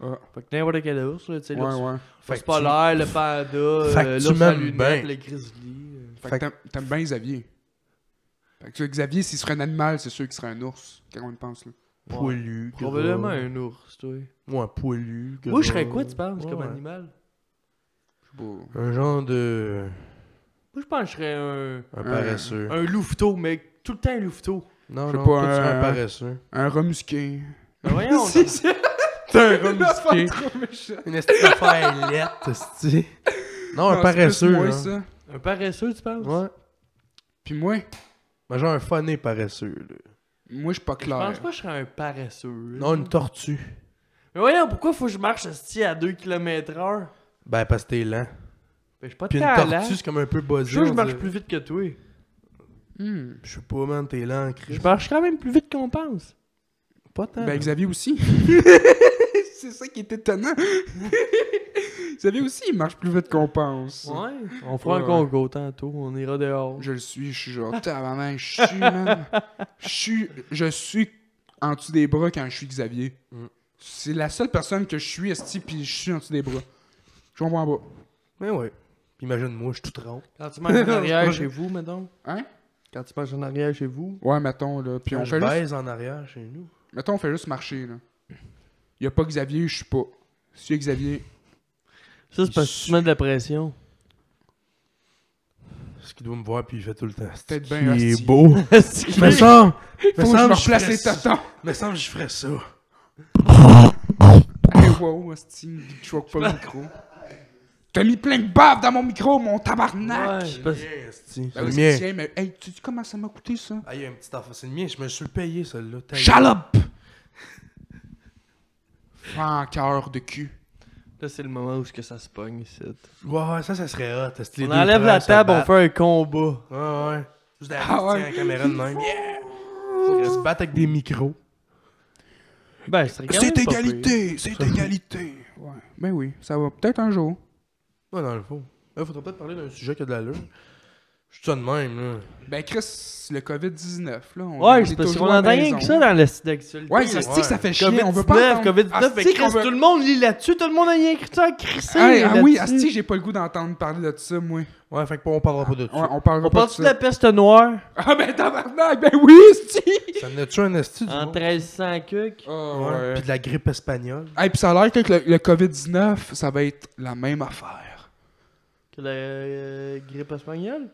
Ah. Fait que n'importe quel ours, là, tu sais, Ouais, l'ours ouais. Fait que pas tu- l'air, le panda, Fait euh, que tu l'ours à m'aimes lunettes, le bien. grizzly. euh. Fait, Fait que t'aimes- t'aimes bien Xavier. Fait que tu vois, Xavier, s'il serait un animal, c'est sûr qu'il serait un ours. Quand on y pense, là. Poilu. Probablement gras. un ours, toi. Moi, poilu. Moi, je gras. serais quoi, tu penses, Ouais, comme ouais. animal? Je sais pas. Un genre de. Moi, je pense que je serais un, Un paresseux. un louveteau, mais tout le temps un louveteau. Non, Je sais non, pas, toi, tu serais un- un paresseux. Un remusqué. Ben voyons, Si, donc. T'es un gars musqué. trop méchant. Une esti d'affaire lettre, esti. Non, un Non, c'est paresseux. plus moi, là. ça. un paresseux, tu penses? Ouais. Puis moi, Mais genre un fané paresseux. là. moi, je suis pas Je pense clair. pas que je serais un paresseux. là. Non, une tortue. Mais voyons, pourquoi faut que je marche esti, à 2 km h Ben, parce que t'es lent. Ben, je suis pas Puis tant une lent. tortue, c'est comme un peu Je suis buzzé. sûr que je on marche dirait. plus vite que toi. Hmm. Je sais pas, man, t'es lent, Chris. Je marche quand même plus vite qu'on pense. pas tant. Ben, Xavier aussi. c'est ça qui est étonnant. Xavier aussi, il marche plus vite qu'on pense. Ouais. On fera Ouais, un congo tantôt, on ira dehors. Je le suis, je suis genre, tabarnak, je suis, man. Je suis, je suis en dessous des bras quand je suis Xavier. Mm. C'est la seule personne que je suis, esti, puis je suis en dessous des bras. Je m'en vais en bas. Ben ouais. Puis imagine-moi, je suis tout rond. Quand tu marches en arrière chez vous, mettons. Hein? Quand tu marches en arrière chez vous. Ouais, mettons, là. Puis Puis on je fait juste, baise en arrière chez nous. mettons, on fait juste marcher, là. Y a pas Xavier, je suis pas. Si y a Xavier, Ça, c'est parce que tu mets de la pression. Ce qu'il doit me voir, puis il fait tout le temps. esti, Peut-être bien, Il esti. est beau. Mais semble. faut Me que je me semble, je replace ferais les ça. tatons. Me semble, je ferais ça. Hey, wow, esti, je choque pas le micro. T'as mis plein de bave dans mon micro, mon tabarnak! Ouais, c'est parce- Bien, esti. C'est Ben le oui, c'est mien. le tien, mais hey, tu sais comment ça m'a coûté, ça? Ah, il y a un petit enfant. C'est le mien. Je me suis payé, celle-là. Ta gueule. Chalope! Rancœur de cul. Là, c'est le moment où est-ce que ça se pogne ici. Ouais, ouais, ça, ça serait hot. parce que les On deux enlève frères la se table, on battent. fait un combat. Ouais, ouais. Juste derrière Ah ouais. la caméra de même. Yeah! Ils se battent avec des micros. Ben, c'est C'est égalité! Ouais. Ben oui, ça va peut-être un jour. Ouais, dans le fond. Là, faudrait peut-être parler d'un sujet qui a de l'allure. Je suis ça de même, là. Ben Chris, le COVID-19, là, on Ouais, est c'est parce toujours qu'on à la entend rien maison. que ça dans la site d'actualité. Ouais, ça se dit que ça fait chier, on veut pas entendre... COVID-19, Asti fait qu'on Chris, veut- tout le monde lit là-dessus, tout le monde a rien écrit ça à crisser. Hey, ah oui, là-dessus. Asti, j'ai pas le goût d'entendre parler de ça, moi. Ouais, fait que bon, on parlera pas de Ouais, ça. on parlera pas On de parle-tu ça. de la peste noire Ah ben tabarnak, ben oui, Asti! Ça en a-tu un esti du en monde? 1300 cuc? Oh, Ouais. Puis de la grippe espagnole. Hey, pis ça a l'air que le, le COVID-19, ça va être la même affaire. Que la euh, grippe espagnole?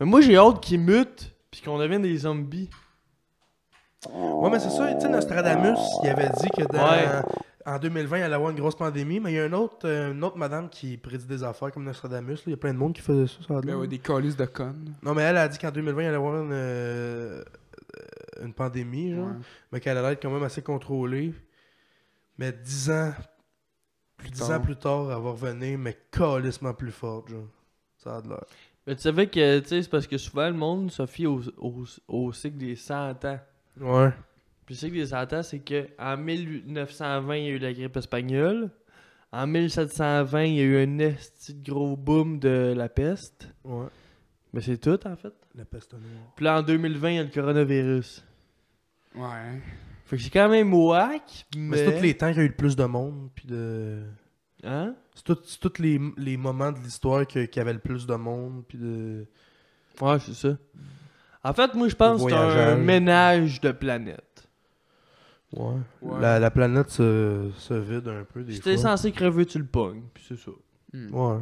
Mais moi, j'ai hâte qu'ils mutent, puis qu'on devienne des zombies. Ouais, mais c'est ça, tu sais, Nostradamus, il avait dit que dans- Ouais. en 2020, il allait avoir une grosse pandémie, mais il y a une autre, euh, une autre madame qui prédit des affaires comme Nostradamus, là. il y a plein de monde qui faisait ça, ça a de Ben l'air. ouais, des colis de connes. Non, mais elle a dit qu'en 2020, il allait avoir une, euh, une pandémie, genre, Ouais. mais qu'elle allait être quand même assez contrôlée. Mais 10 ans, plus 10 tard. ans plus tard, elle va revenir, mais calissement plus forte, genre. Ça a de l'air. Mais tu savais que, tu sais, c'est parce que souvent, le monde se fie au, au, au cycle des 100 ans. Ouais. Puis le cycle des 100 ans, c'est que en 1920, il y a eu la grippe espagnole. En 1720, il y a eu un esti de gros boom de la peste. Ouais. Mais c'est tout, en fait. La peste noire. Puis là, en 2020, il y a le coronavirus. Ouais. Fait que c'est quand même whack, mais... Mais, c'est tous les temps qu'il y a eu le plus de monde, puis de. Hein? C'est tout- c'est tous les, les moments de l'histoire que- qui avaient le plus de monde. Puis de... Ouais, c'est ça. En fait, moi, je pense que c'est un voyageage. ménage de planète. ouais. Ouais. La, la planète se, se vide un peu des Si t'es fois. censé crever, tu le pognes, puis c'est ça. Hmm. Ouais.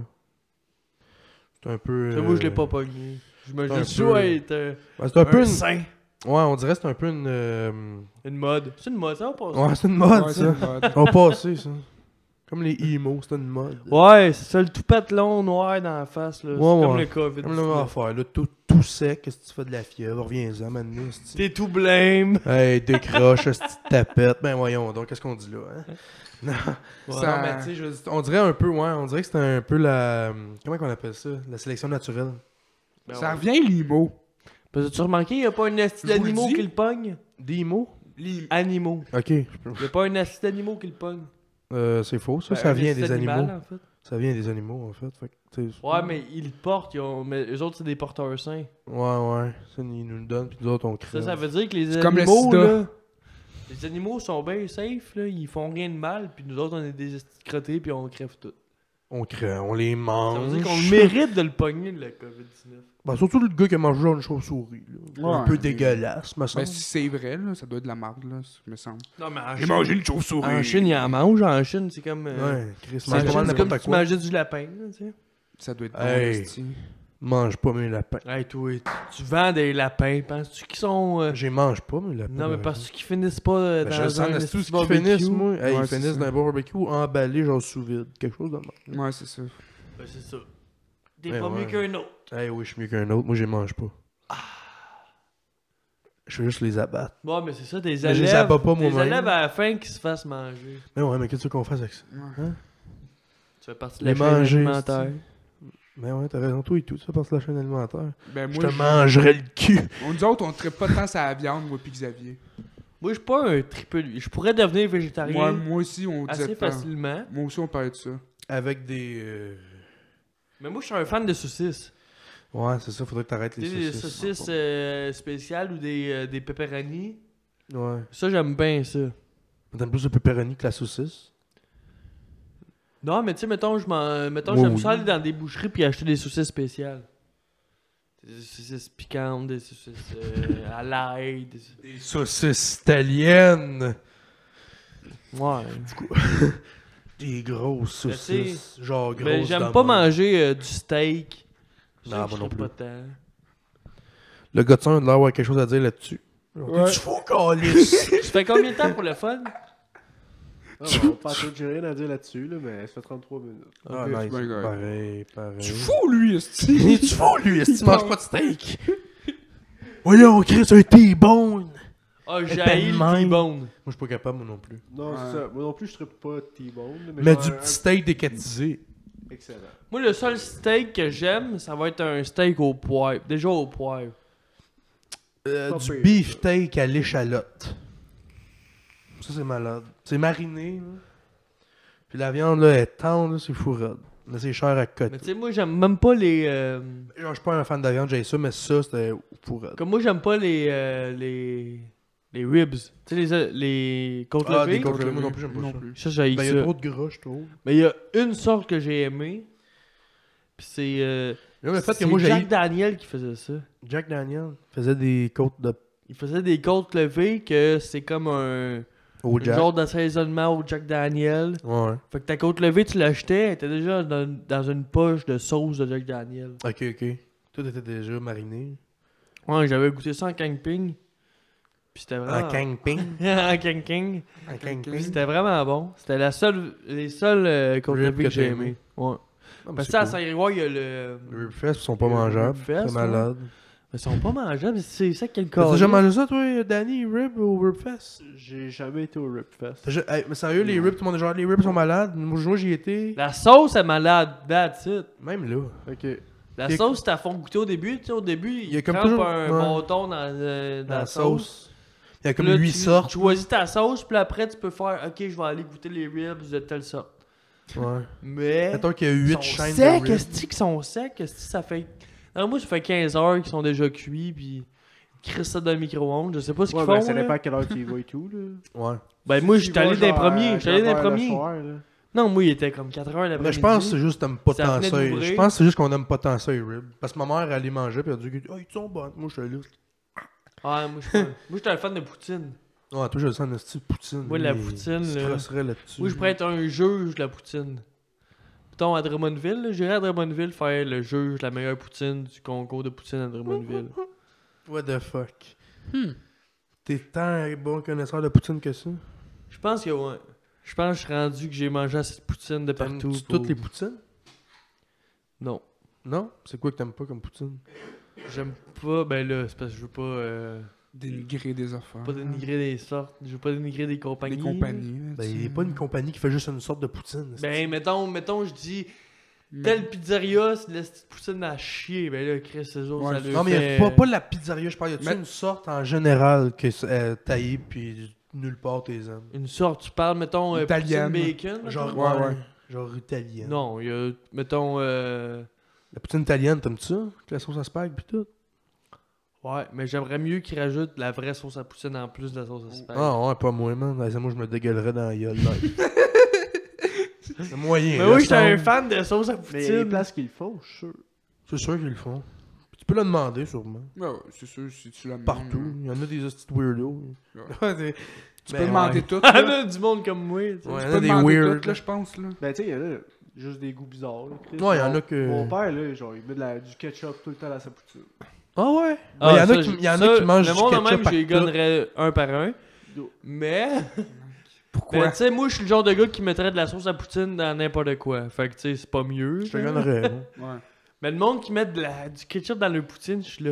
C'est un peu. Tu sais, Moi, je l'ai euh, pas pogné. Je me un dis, peu- ça être euh, ouais, c'est un, un, peu une. Ouais, saint. on dirait que c'est un peu une. euh, Une mode. C'est une mode, ça, on passe. Ouais, c'est une mode, Ouais, c'est ça. une mode. Au passé, ça. Comme les emo, c'est une mode. Ouais, c'est ça, le tout patelon noir dans la face, là. Ouais, c'est comme ouais. le COVID. Comme la même affaire, là, tout, tout sec, qu'est-ce que tu fais de la fièvre, reviens-en, maintenant, c'est-tu. T'es tout blême. Hey, décroche, est-ce que tu tapette, ben voyons donc, qu'est-ce qu'on dit là, hein? Ouais. Ça- Non, mais tu sais, je veux dire, on dirait un peu, ouais, on dirait que c'était un peu la, comment qu'on appelle ça, la sélection naturelle. Ben Ça ouais. revient l'IMO. Parce que tu as remarqué, y a pas un asti Je vous le d'animaux dis. qui le pogne? Des mots? L'IMO. Animaux. Ok, je peux- Y a pas un asti d'animaux qui le pogne? euh, c'est faux, ça, Ben, ça un vient asti des d'animal, animaux, en fait. ça vient des animaux, en fait, fait que, tu sais, Ouais, mais ils le portent, ils ont- mais eux autres, c'est des porteurs sains. ouais, ouais, ça, ils nous le donnent, puis nous autres, on crée. Ça, ça veut dire que les C'est comme le animaux, sida. là, les animaux sont bien safe, là, ils font rien de mal, puis nous autres, on est des esti de crottés, puis on crève tout. On crée, on les Ça mange. veut dire qu'on mérite de le pogner, le COVID-19. Ben, surtout le gars qui a mangé genre une chauve-souris, là. un Ouais, peu mais- dégueulasse, me semble. Ben, si c'est vrai, là, ça doit être de la marde, là, ça me semble. Non, mais en Ah, J'ai Chine, mangé une en chauve-souris. Chine, ils en mangent. En Chine, c'est comme... euh, Ouais, Chris, c'est mange pas mal comme n'importe si tu quoi. mangeais du lapin, là, tu sais. Ça doit être bon, Hey. esti. Mange pas mes lapins. Hey, toi, tu, tu vends des lapins, penses-tu qu'ils sont... euh, J'ai mange pas mes lapins. Non, mais parce penses-tu qu'ils finissent pas euh, Ben, dans je le sens, un c'est tout esti ce qu'ils finissent, barbecue? moi. Hey, Ouais, ils c'est finissent ça. dans un barbecue emballé, genre sous vide. Quelque chose de mal. Ouais, c'est ça. Ben, c'est ça. T'es Ben pas ouais. mieux qu'un autre. Hey, oui, je suis mieux qu'un autre. Moi, je les mange pas. Ah. Je veux juste les abattre. Bon, mais c'est ça, des Mais je les élèves... abats pas Des moi-même. élèves à la fin qui se fassent manger. Mais ouais, mais qu'est-ce que tu veux qu'on fasse avec ça? Tu fais partie de Les la chaîne manger, alimentaire. Mais ouais, t'as raison, toi et tout. Ça passe la chaîne alimentaire. Ben, je moi, te je- mangerai le cul. on- nous autres, on traite pas tant ça à la viande, moi, puis Xavier. Moi, je suis pas un triple. Je pourrais devenir végétarien Moi, moi aussi, on disait assez hein. pas. facilement. Moi aussi, on parlait de ça. Ben Avec des. euh, Mais moi, je suis un fan de saucisses. Ouais, c'est ça, faudrait que t'arrêtes Tu les sais, saucisses. des saucisses euh, spéciales ou des, euh, des pepperoni. Ouais. Ça, j'aime bien ça. T'aimes plus le pepperoni que la saucisse? Non, mais tu sais, mettons, je m'en- mettons, Oui, j'aime oui. ça aller dans des boucheries puis acheter des saucisses spéciales. Des saucisses piquantes, des saucisses euh, à l'ail. Des... Des saucisses italiennes! Ouais. Des grosses Mais tu sais, saucisses. Genre grosses. Mais j'aime dans pas le- manger euh, du steak. Non, moi je non serais plus. Pas tant. Le gars de son a de l'air avoir quelque chose à dire là-dessus. Ouais. Tu fous, calice! Tu fais combien de temps pour le fun? Ah, bon, pas tout, j'ai rien à dire là-dessus, là, mais ça fait 33 minutes. ah, Ok, nice. c'est bien grave. Pareil, pareil. Tu fous, lui, Il est esti. tu fous, lui? Est-ce qu'il mange pas de steak? Voyons, Chris, un T-bone! Moi, Ah, j'ai ben haï le même. T-bone. je suis pas capable, moi non plus. Non, Ouais. c'est ça. Moi non plus, je trippe pas T-Bone. Mais, Mais genre du un- petit steak décatisé. Excellent. Moi, le seul steak que j'aime, ça va être un steak au poivre. Déjà au poivre. Euh, Pas du pire, beef steak à l'échalote. Ça, c'est malade. C'est mariné, là. Puis la viande, là, est tendre, là, c'est fourrade. Mais c'est cher à Mais côté. tu sais, moi, j'aime même pas les. euh, Genre, je suis pas un fan de la viande, j'ai ça, mais ça, c'était fourrade. Comme moi, j'aime pas les. euh, les. Les ribs. Tu sais, les, euh, les côtes Ah, levées. des côtes- Moi non plus, j'aime pas Non ça. plus. Ça, j'haïs Ben, il y ça. a trop de gras, je trouve. Mais il y a une sorte que j'ai aimée. Puis c'est. euh, Là, le fait que c'est moi, j'ai Jack Daniel qui faisait ça. Jack Daniel faisait des côtes de Il faisait des côtes levées que c'est comme un. au un Jack. genre d'assaisonnement au Jack Daniel. Ouais. Fait que ta côte levée, tu l'achetais, elle était déjà dans, dans une poche de sauce de Jack Daniel. Ok, ok. Tout était déjà mariné. Ouais, j'avais goûté ça en camping. Puis c'était vraiment. En camping. en camping. En Puis camping. c'était vraiment bon. C'était la seule, les seuls euh, côtes Rib levées que que j'ai t'as aimé. aimé. Ouais. Ah, mais Parce c'est que ben, ça, à cool. Saint-Grégoire, il y a le. Les rib fesses sont pas Les rib mangeables. fesses, C'est malade. Ils sont pas mangeables, c'est ça qui est le T'as cas. déjà mangé ça, toi, Danny, rib au rib fest? J'ai jamais été au Rip Fest. T'as ju- hey, mais sérieux, les ribs, tout le monde est genre, les ribs sont malades. Moi, moi, j'y étais. La sauce est malade, that's it. Même là. Ok. La Il y a- sauce, t'as fond goûter au début. Tu sais, au début, il, y a comme trempe toujours- un ouais. bâton dans, euh, dans Dans la sauce. Il y a comme Puis là, 8 tu- sortes. Tu choisis ta sauce, puis après, tu peux faire Ok, je vais aller goûter les ribs de telle sorte. Ouais. Mais. Mettons qu'il y a ils 8 sont chaînes secs, de ribs. est-ce qu'ils sont secs Est-ce que ça fait. Non, moi, ça fait 15 heures qu'ils sont déjà cuits, puis. Ils crissent ça dans le micro-ondes, je sais pas ce qu'ils Ouais, font. ben, ça là. dépend à quelle heure tu y vas et tout, là. Ouais. Ben, moi, Si je suis tu y allé vas, d'un genre, à premier. Je suis allé d'un 9 heures le premier. soir, là. Non, moi, il était comme 4 heures Mais l'après-midi. je pense que c'est juste t'aimes pas Ça tant venait ça. d'ouvrir. Je pense que c'est juste qu'on aime pas tant ça, les ribs. Parce que ma mère, elle les mangeait, puis elle a dit Oh, ils sont bonnes. Moi, je suis là. Ah, moi, je suis pas- moi, j'étais un fan de poutine. Ouais, toi, je le sens, le style poutine. Moi, la mais poutine, tu te là. crosserais là-dessus. Moi, je pourrais être un juge de la poutine. Putain, à Drummondville, là, j'irais à Drummondville faire le juge de la meilleure poutine du concours de poutine à Drummondville. What the fuck? Hmm. T'es tant un bon connaisseur de poutine que ça? Je pense que, ouais. Je pense que je suis rendu que j'ai mangé assez de poutine de partout. T'aimes-tu pour- toutes les poutines? Non. Non? C'est quoi que t'aimes pas comme poutine? J'aime pas, ben là, c'est parce que je veux pas, euh, Dénigrer des affaires. Ah. pas dénigrer des sortes, je veux pas dénigrer des compagnies. Des compagnies. là, Ben, tu il n'y a sais. pas une compagnie qui fait juste une sorte de poutine. Ben, mettons, mettons, je dis, Mais- telle pizzeria, c'est de la petite poutine à chier. Ben là, Chris, c'est sûr, Ouais, ça c'est- le non, mais fait... y a pas, pas la pizzeria, je parle. Y a-tu Mais- une sorte en général que c'est, euh, taillée, puis nulle part t'es aimes? Une sorte, tu parles, mettons, euh, Italienne. poutine bacon. Genre, Ouais, ouais. Genre italienne. mettons? Non, il y a, mettons, euh... La poutine italienne, t'aimes-tu ça? Avec la sauce à spag, puis tout. Ouais, mais j'aimerais mieux qu'ils rajoutent la vraie sauce à poutine en plus de la sauce à spag. Ah ouais, pas moi, man. Ah, c'est Moi, je me dégueulerais dans la gueule. là. c'est moyen. mais là, oui, j'étais ça. un fan de sauce à Mais il y a des poutine. places qui le font, je suis sûr. C'est sûr qu'ils le font. Puis tu peux le demander, sûrement. Ouais, ouais, c'est sûr, si tu la Mm. Partout. Il y en a des petits weirdos. Ouais. Ouais, Tu peux demander tout. là. Ah, là, du monde comme moi. tu sais. Ouais, Tu il y en peux a des demander weird. tout, là, je pense. Là. Ben, tu sais, il y en a juste des goûts bizarres. Là, Chris. Ouais, il y en Mon- a que- Mon père, là, genre, il met de la- du ketchup tout le temps dans sa poutine. Ah ouais? Ah, il y en ça, a qui, je- il y en ça, a qui mangent Le du monde de ketchup même, à j'ai tout. gonnerais un par un. Do- Mais, Pourquoi ben, tu sais, moi, je suis le genre de gars qui mettrait de la sauce à poutine dans n'importe quoi. Fait que, tu sais, c'est pas mieux. Je te gonnerais. hein. Ouais. Mais le monde qui met de la, du ketchup dans le poutine, je suis là.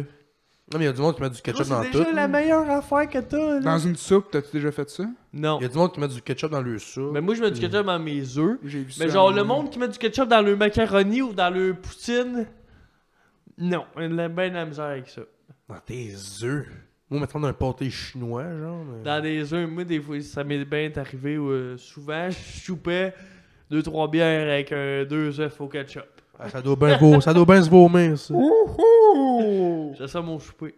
Non, mais il y a du monde qui met du ketchup dans tout. la meilleure affaire que t'as, Dans une soupe, t'as-tu déjà fait ça Non. Il y a du monde qui met du ketchup dans le soupe. Mais moi, je mets du ketchup dans mes œufs. J'ai vu ça. Mais genre, à le un moment. monde qui met du ketchup dans le macaroni ou dans le poutine, non, il a bien de la misère avec ça. Dans tes œufs. Moi, mettons dans un pâté chinois, genre. mais- Dans des œufs, moi, des fois, ça m'est bien arrivé où euh, souvent, je choupais deux, trois bières avec un deux œufs au ketchup. Ah, ça doit bien vo- ça doit bien se vomir, ça. Ouhou! C'est ça mon souper.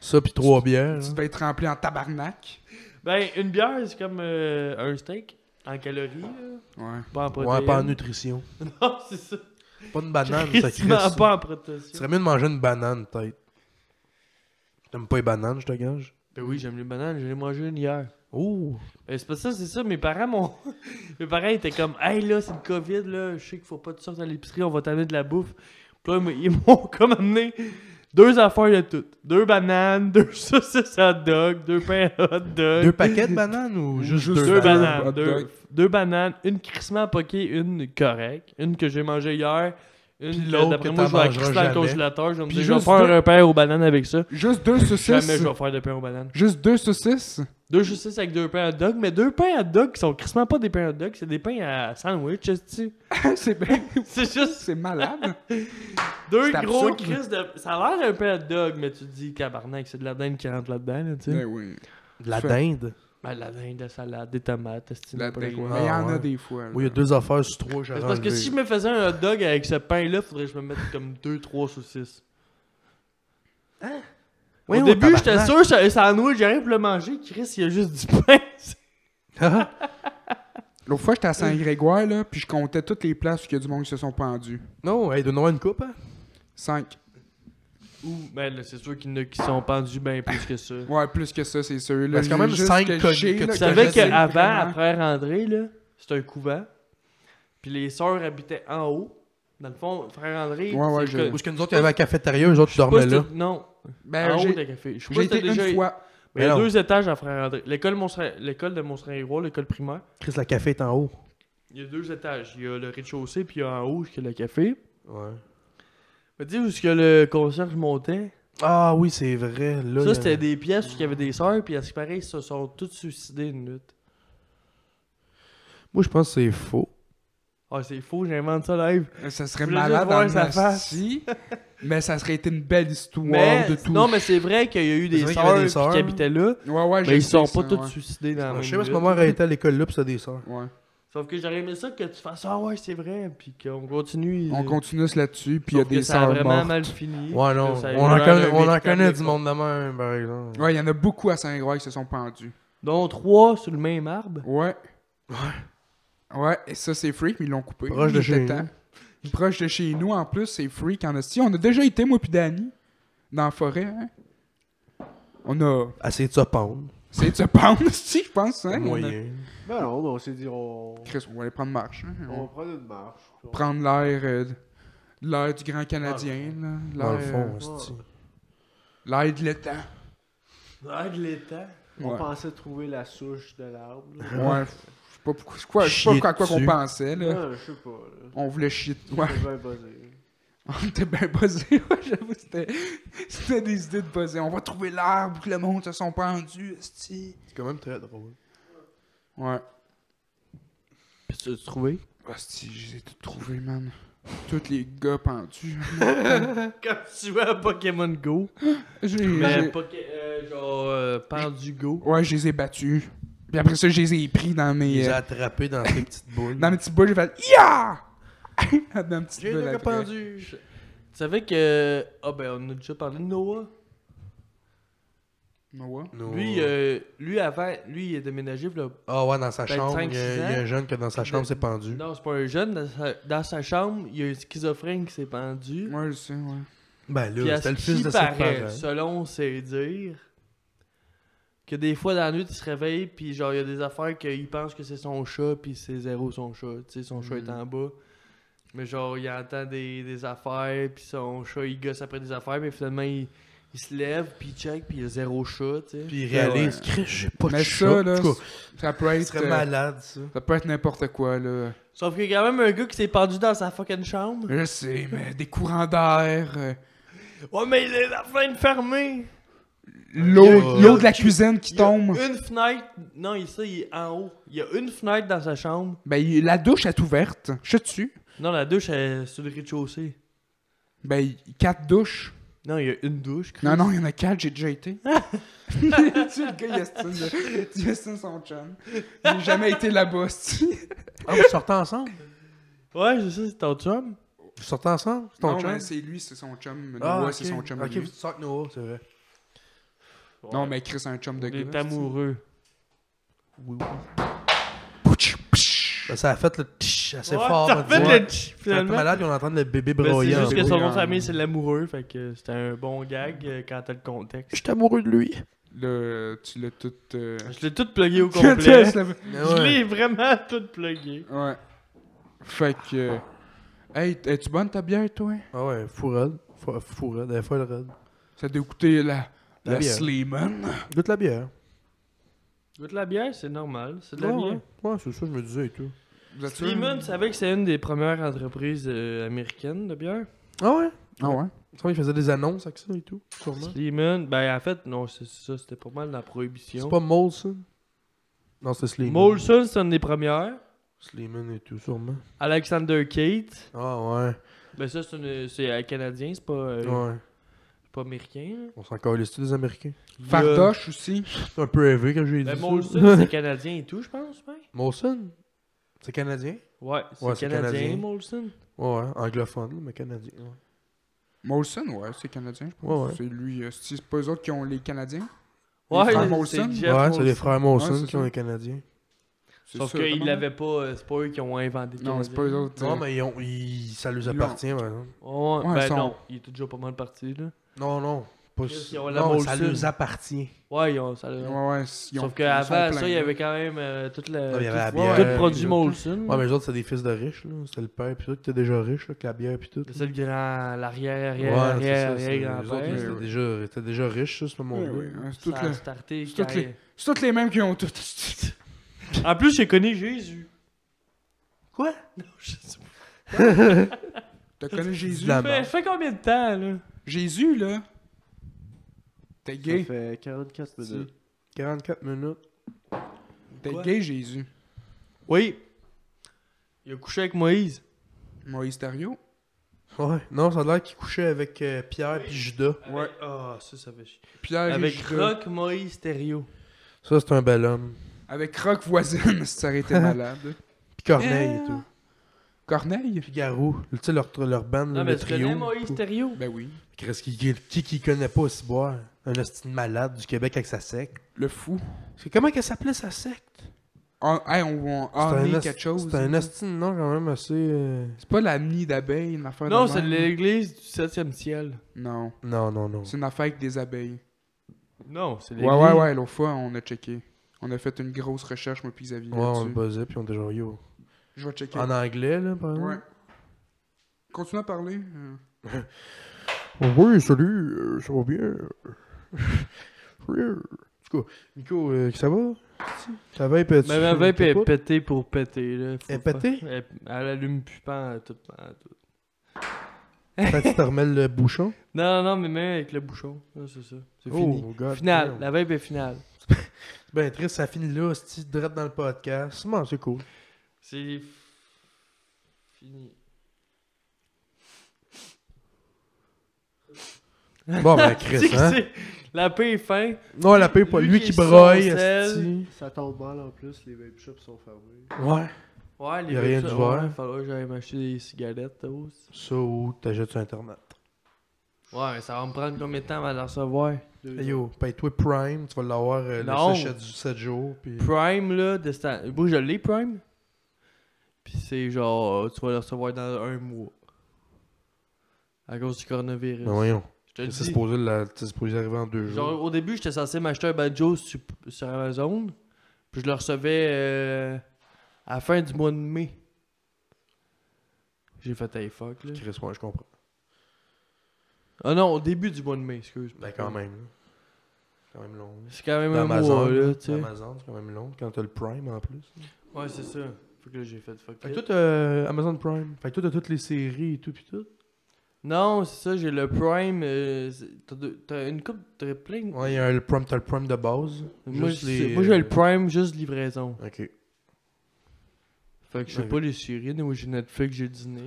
Ça, puis trois bières. Tu hein. vas être rempli en tabarnak. Ben, une bière, c'est comme euh, un steak en calories, là. Ouais. pas en protéines. Ouais, pas en nutrition. Non, c'est ça. Pas de banane, ça crisse. Crissement ça. pas en Ce protéines. serait mieux de manger une banane, peut-être. T'aimes pas les bananes, je te gage? Ben oui, j'aime les bananes, j'en ai mangé une hier. Oh! Euh, c'est pas ça, c'est ça. Mes parents, m'ont... mes parents étaient comme, hey là, c'est le COVID, là, je sais qu'il faut pas de sortes à l'épicerie, on va t'amener de la bouffe. Puis là, ils m'ont comme amené deux affaires de toutes deux bananes, deux saucisses hot dog, deux pains hot dog, Deux paquets de bananes ou juste, Juste Euh, deux, deux, bananes, hot deux, dog. deux bananes, une crissement poquée, une correcte, une que j'ai mangée hier. Une Puis que l'autre d'après que moi, t'en je vais la mangeras crisser dans le jamais. congélateur. Je vais me Puis dire, je vais juste faire deux- un pain aux bananes avec ça. Juste deux Jamais saucisses. je vais faire de pain aux bananes. Juste deux saucisses. Deux saucisses avec deux pains hot dog, mais deux pains hot dog qui sont crissement pas des pains hot dog, c'est des pains à sandwich, esti. c'est bien- C'est juste c'est malade. deux C'est gros absurde. crisses de. Ça a l'air d'un pain hot dog, mais tu te dis, cabarnak, c'est de la dinde qui rentre là-dedans, là, tu sais. ben oui. De la dinde. Ben, la dinde, la salade, des tomates, esti, La n'importe dingue. quoi. Mais il y en Ah, a ouais. des fois. là. Oui, il y a deux affaires sur trois que C'est j'aurais parce que enlevées. si je me faisais un hot dog avec ce pain-là, faudrait que je me mette comme deux, trois saucisses. Oui, Au oui, début, j'étais sûr, tabarnak. ça sandwich, j'arrive pour le manger, Chris, il y a juste du pain. L'autre fois, j'étais à Saint-Grégoire, là, puis je comptais toutes les places où il y a du monde qui se sont pendus. Non, hey, donne-moi une coupe, hein? Cinq. Ou, ben là, c'est sûr qu'il y en a qui sont pendus bien plus que ça. Ouais, plus que ça, c'est sûr. Là, Ben, c'est quand même juste cinq que connus j'ai, que là, tu Tu savais je sais qu'avant, vraiment. après André, là, c'était un couvent. Puis les sœurs habitaient en haut. Dans le fond, frère André. Ouais, ouais, c'est je- le- Ou est-ce que nous autres, il y avait la cafétéria, eux autres, ils Je sais pas dormaient si là? t'as- Non, Ben, en haut j'ai- de la café. Ah, Je sais pas j'ai si t'as été une déjà. fois. Mais il y a Mais non. deux étages à frère André. L'école, Montsera- l'école de Mont-Saint-Gros, l'école primaire, Chris, la café est en haut. il y a deux étages. Il y a le rez-de-chaussée, puis il y a en haut, que le café. Ouais. Mais dis où est-ce que le concierge montait. Ah oui, c'est vrai. Là, ça, là- c'était des pièces où il y avait des sœurs, puis à ce qui paraît, ils se sont toutes suicidées une nuit. Moi, je pense que c'est faux. Ah, c'est faux, j'invente ça live. Euh, Ça serait Je voulais malade juste voir en sa face. asti, mais ça serait été une belle histoire Mais, de tout. non, mais c'est vrai qu'il y a eu C'est des vrai qu'il y avait sœurs des puis qui habitaient sœurs. là. Ouais, ouais, Mais je ils sais sont ça, pas tous ouais. suicidés dans la Ouais, Ah, je sais même pas si ma minute. mère était à l'école là, puis c'était des sœurs. Ouais. Sauf que j'aurais aimé ça que tu fasses Ah ouais, c'est vrai, puis qu'on continue. On euh, continue là-dessus, puis il y a sauf que des ça a sœurs vraiment mortes. mal fini. Ouais, non. Là, ça a On en eu- connaît, un on en véritable connaît du défaut. monde de même, par exemple. Ouais, il y en a beaucoup à Saint-Grégoire qui se sont pendus. Dont trois sur le même arbre. Ouais. Ouais. Ouais, et ça, c'est freak, mais ils l'ont coupé. Proche Il de était chez temps. Proche de chez nous, en plus, c'est freak en hostie. On a déjà été, moi puis Danny, dans la forêt, hein. On a Essayez de se pendre. essayé de se pendre, si, je pense, hein. On a- moyen. Ben non, mais on s'est dit, on, Chris, on va aller prendre marche, hein. On on va prend une marche. puis on- prendre l'air... euh, L'air du Grand Canadien, là. Dans le L'air, fond, euh, hostie. L'air de l'étang. Ah, de l'étang. On Ouais. pensait trouver la souche de l'arbre. là. Ouais, je sais pas pourquoi, je sais pas Chier pourquoi- à quoi qu'on dessus. pensait, là. Ouais, je sais pas. Là. On voulait chier. Ouais, C'est bien buzzé. on était bien buzzés, ouais, j'avoue, c'était... c'était des idées de buzzer. On va trouver l'arbre que le monde se sont pendus, esti. C'est quand même très drôle. Ouais. Puis tu as trouvé? Esti, je les ai toutes trouvées, man. Tous les gars pendus. Comme tu vois à Pokémon Go. J'ai... Mais j'ai- Poké- euh, genre, euh, pendu Go. Ouais, je les ai battus. Puis après ça, je les ai pris dans Il mes... les a euh, attrapés dans ses petites boules. Dans mes petites boules, j'ai fait... Yeah! dans mes petites J'ai boules le gars après. pendu. Tu savais que. Ah, ben, on a déjà parlé de Noah. Ah Ouais. No. Lui, euh, lui, avant, lui, il est déménagé. v'là- Ah ouais, dans sa peut-être chambre, cinq, il y, a, six ans. il y a un jeune qui est dans sa chambre, De- s'est pendu. Non, c'est pas un jeune. Dans sa, dans sa chambre, il y a un schizophrène qui s'est pendu. Ouais, je sais, ouais. Ben Puis là, à ce c'était le fils qui de ses paraît, parents. selon ses dires, que des fois dans la nuit, tu te réveilles, puis genre, il y a des affaires qu'il pense que c'est son chat, puis c'est zéro son chat. Tu sais, son chat Mm. est en bas. Mais genre, il entend des, des affaires, puis son chat, il gosse après des affaires, mais finalement, il, il se lève, puis il check, puis il y a zéro chat, tu sais. Puis il réalise, Ouais. Chris, j'ai pas de Mais chat. ça, là, En tout cas, ça peut il être... serait euh, malade, ça. Ça peut être n'importe quoi, là. Sauf qu'il y a quand même un gars qui s'est pendu dans sa fucking chambre. Je sais, mais des courants d'air, euh, Ouais, mais il est la fenêtre fermée! l'eau Euh, l'eau de la cuisine qui Il y a tombe. Une fenêtre. Non, ici, il est en haut. Il y a une fenêtre dans sa chambre. Ben, il- la douche est ouverte. Je dessus. Non, la douche, elle est sur le rez-de-chaussée. Ben, il- quatre douches. Non, il y a une douche. Chris. Non, non, il y en a quatre, j'ai déjà été. tu sais, le gars, il estime, là. il estime son chum. J'ai jamais été là-bas, c'ti. Ah, vous sortez ensemble? Ouais, je sais, c'est ton chum. Vous sortez ensemble? C'est ton Non, chum? mais c'est lui, c'est son chum. Ah, Noah, ok. c'est son chum. à Ok, lui. vous sortez Noah, c'est vrai. Non, mais Chris, c'est un chum de Il est gars. c'ti. amoureux. Oui, Pouch, psh. oui. Ben, Ça a fait le tch assez Ouais, fort. t'as on fait dit, ouais. le tch, C'est un peu finalement. malade, on entend le bébé Ben, c'est broyer. juste en que bébé, son nom en- de famille, c'est l'amoureux. Fait que c'était un bon gag euh, quand t'as le contexte. J'étais amoureux de lui. Le, tu l'as tout. euh, Je l'ai tout plugué au tu l'as- complet. Ouais. Je l'ai vraiment tout plugué. Ouais. Fait que. euh, Hey, t- es-tu bonne ta bière, toi? Ah ouais, fourrade. Fou- Fourrade, elle est folle raide. Ça doit coûter la. La La, bière. Sleeman. Goûte la bière. Goûte la bière, c'est normal. C'est de la Ouais, bière. ouais. Ouais, c'est ça, je me disais et tout. Vous êtes sûr? Simon, tu savais que c'est une des premières entreprises euh, américaines de bière? Ah ouais? Ah ouais? Tu vois, il faisait des annonces avec ça et tout, sûrement. Sleeman, ben en fait, non, c'est c'est ça, c'était pas mal la C'est prohibition. pas Molson? Non, c'est Sleeman. Molson, c'est une des premières. Sleeman et tout, sûrement. Alexander Kate, Ah ouais, ben ça, c'est une- c'est euh, canadien, c'est pas, euh, ouais. pas américain. On s'en calisse tous des Américains. Fardoche aussi. C'est un peu élevé quand j'ai dit Ben ça. Molson, c'est canadien et tout, je pense, ben. Molson? C'est canadien? Ouais, c'est Ouais, c'est canadien, canadien. Molson. Ouais, ouais, anglophone, mais canadien. ouais. Molson, ouais, c'est canadien, je pense. Ouais, ouais. C'est lui. euh, c'est c'est pas eux autres qui ont les Canadiens. Les Ouais, frères c'est Molson? Jeff Ouais, Molson. c'est les frères Molson Ouais, c'est qui ça. sont les canadiens. C'est Sauf ça, qu'ils comment? l'avaient pas, euh, c'est pas eux qui ont inventé Non, c'est pas eux autres. Non, euh, mais ils ont, ils, ça leur Ils l'ont. appartient, par exemple. Ouais, Ouais, ben ils sont- non, il était déjà pas mal parti, là. Non, non. Pas Chris, si- ils ont la non, ça Molson. leur appartient. Ouais, ils ont, ça, Ouais, ouais. c'est- ils ont- Sauf ils sont qu'avant pleins, ça, il y là. avait quand même euh, toute la. Non, il y avait la tout, bière, tout puis le produit tout. Molson. Ouais, mais les autres, c'est des fils de riches, là. C'était le père, pis tout, qui était déjà riche, là, avec la bière, pis tout. C'est le grand. L'arrière, Ouais, arrière, arrière, c'est ça. c'est- Les arrière, autres, ils grand-père. étaient déjà, ils étaient déjà riches, ça, ce Ouais, moment-là. ouais, ouais, C'est Ça toutes a les- starté c'est toutes carré. c'est toutes les mêmes qui ont tout. En plus, j'ai connu Jésus. Quoi? Non, je sais pas. T'as connu Jésus? La- Mais ça fait combien de temps, là? Jésus, là. T'es Ça gay. fait 44 minutes. 44 minutes. T'es Quoi? gay, Jésus. Oui. Il a couché avec Moïse. Moïse Thériault. Ouais. Non, ça a l'air qu'il couchait avec euh, Pierre pis Judas. Ouais. Ah, ça, ça fait chier. Ah, Pierre et Avec Judas. Rock, Moïse, Thériault. Ça, c'est un bel homme. Avec Rock voisine, si ça aurait Hein? été malade. Pis Eh. Corneille et tout. Corneille? Pis Garou. Tu sais, leur, leur band, Non, le mais tu trio. connais Moïse, Thériault? Ben oui. Qu'est-ce qui, qui, qui, qui connaît pas aussi boire? Un hostie de malade du Québec avec sa secte. Le fou. C'est comment qu'elle s'appelait sa secte? On, hey, on, on C'est un orner esti- quelque chose. C'est un là. esti de nom quand même assez. euh, C'est pas la nid d'abeilles, une affaire Non, de c'est même. l'église du 7e ciel. Non, Non, non, non. c'est une affaire avec des abeilles. Non, c'est Ouais, ouais, ouais, l'autre fois, on a checké. On a fait une grosse recherche, moi puis Xavier, Ouais, on le là-dessus. buzzait, puis on était genre yo. Je vais checker. En anglais, là, par Ouais. exemple. Continue à parler. euh. Oui, salut, euh, ça va bien. Oui, euh, En tout cas, Nico, euh, ça va Ta vape est Mais ma vape est pétée pour péter. Là. Faut Elle est pas- pétée? Elle, elle allume plus pas tout, en tout. tu te remets le bouchon Non, non, mais même avec le bouchon. là, c'est ça. C'est Oh, fini. God Finale. damn. La vape est finale. Ben, triste, ça finit là, c'est direct dans le podcast. Bon, c'est cool. C'est f- fini. Bon, ben, Tu Chris, sais hein que c'est- La paix est fin. Non, la paix, pas lui, Lui qui qui broille, soncelle. esti. Ça tombe mal en plus, les vape shops sont fermés. Ouais. Ouais, les Y a rien vapes- du vert. Ouais, faudrait que j'aille m'acheter des cigarettes, t'as aussi. Ça, ou t'achètes sur Internet. Ouais, mais ça va me prendre combien de temps avant de la recevoir? Deux Hey, yo, paye-toi Prime, tu vas l'avoir euh, Non. le sachet du 7 jours, puis... Prime, là, de sta- Moi, je l'ai, Prime. Puis c'est genre, euh, tu vas le recevoir dans un mois. À cause du coronavirus. Ben voyons, Je te le c'est dis. supposé, la- c'est supposé arriver en deux jours. Genre, au début, j'étais censé m'acheter un banjo sur, sur Amazon. Puis je le recevais euh, à la fin du mois de mai. J'ai fait un fuck, là. Chris, ouais, je comprends. Ah non, au début du mois de mai, excuse. Ben, quand même, là. C'est quand même long. là. C'est quand même Dans un Amazon, mois, là, tu sais. Amazon, c'est quand même long, quand t'as le Prime, en plus. Ouais, c'est ça. Fait que là, j'ai fait fuck. Fait que it. toi, t'as Amazon Prime. Fait que toi, t'as toutes les séries et tout, puis tout. Non, c'est ça, j'ai le Prime. euh, c'est- t'as deux- T'as une coupe, t'as plein. Ouais, il y a le Prime, t'as le Prime de base. Moi, Juste c'est- les, moi, j'ai le euh, Prime, juste livraison. OK. Ouais, Fait que je sais Ok. pas les séries, moi j'ai Netflix, j'ai Disney.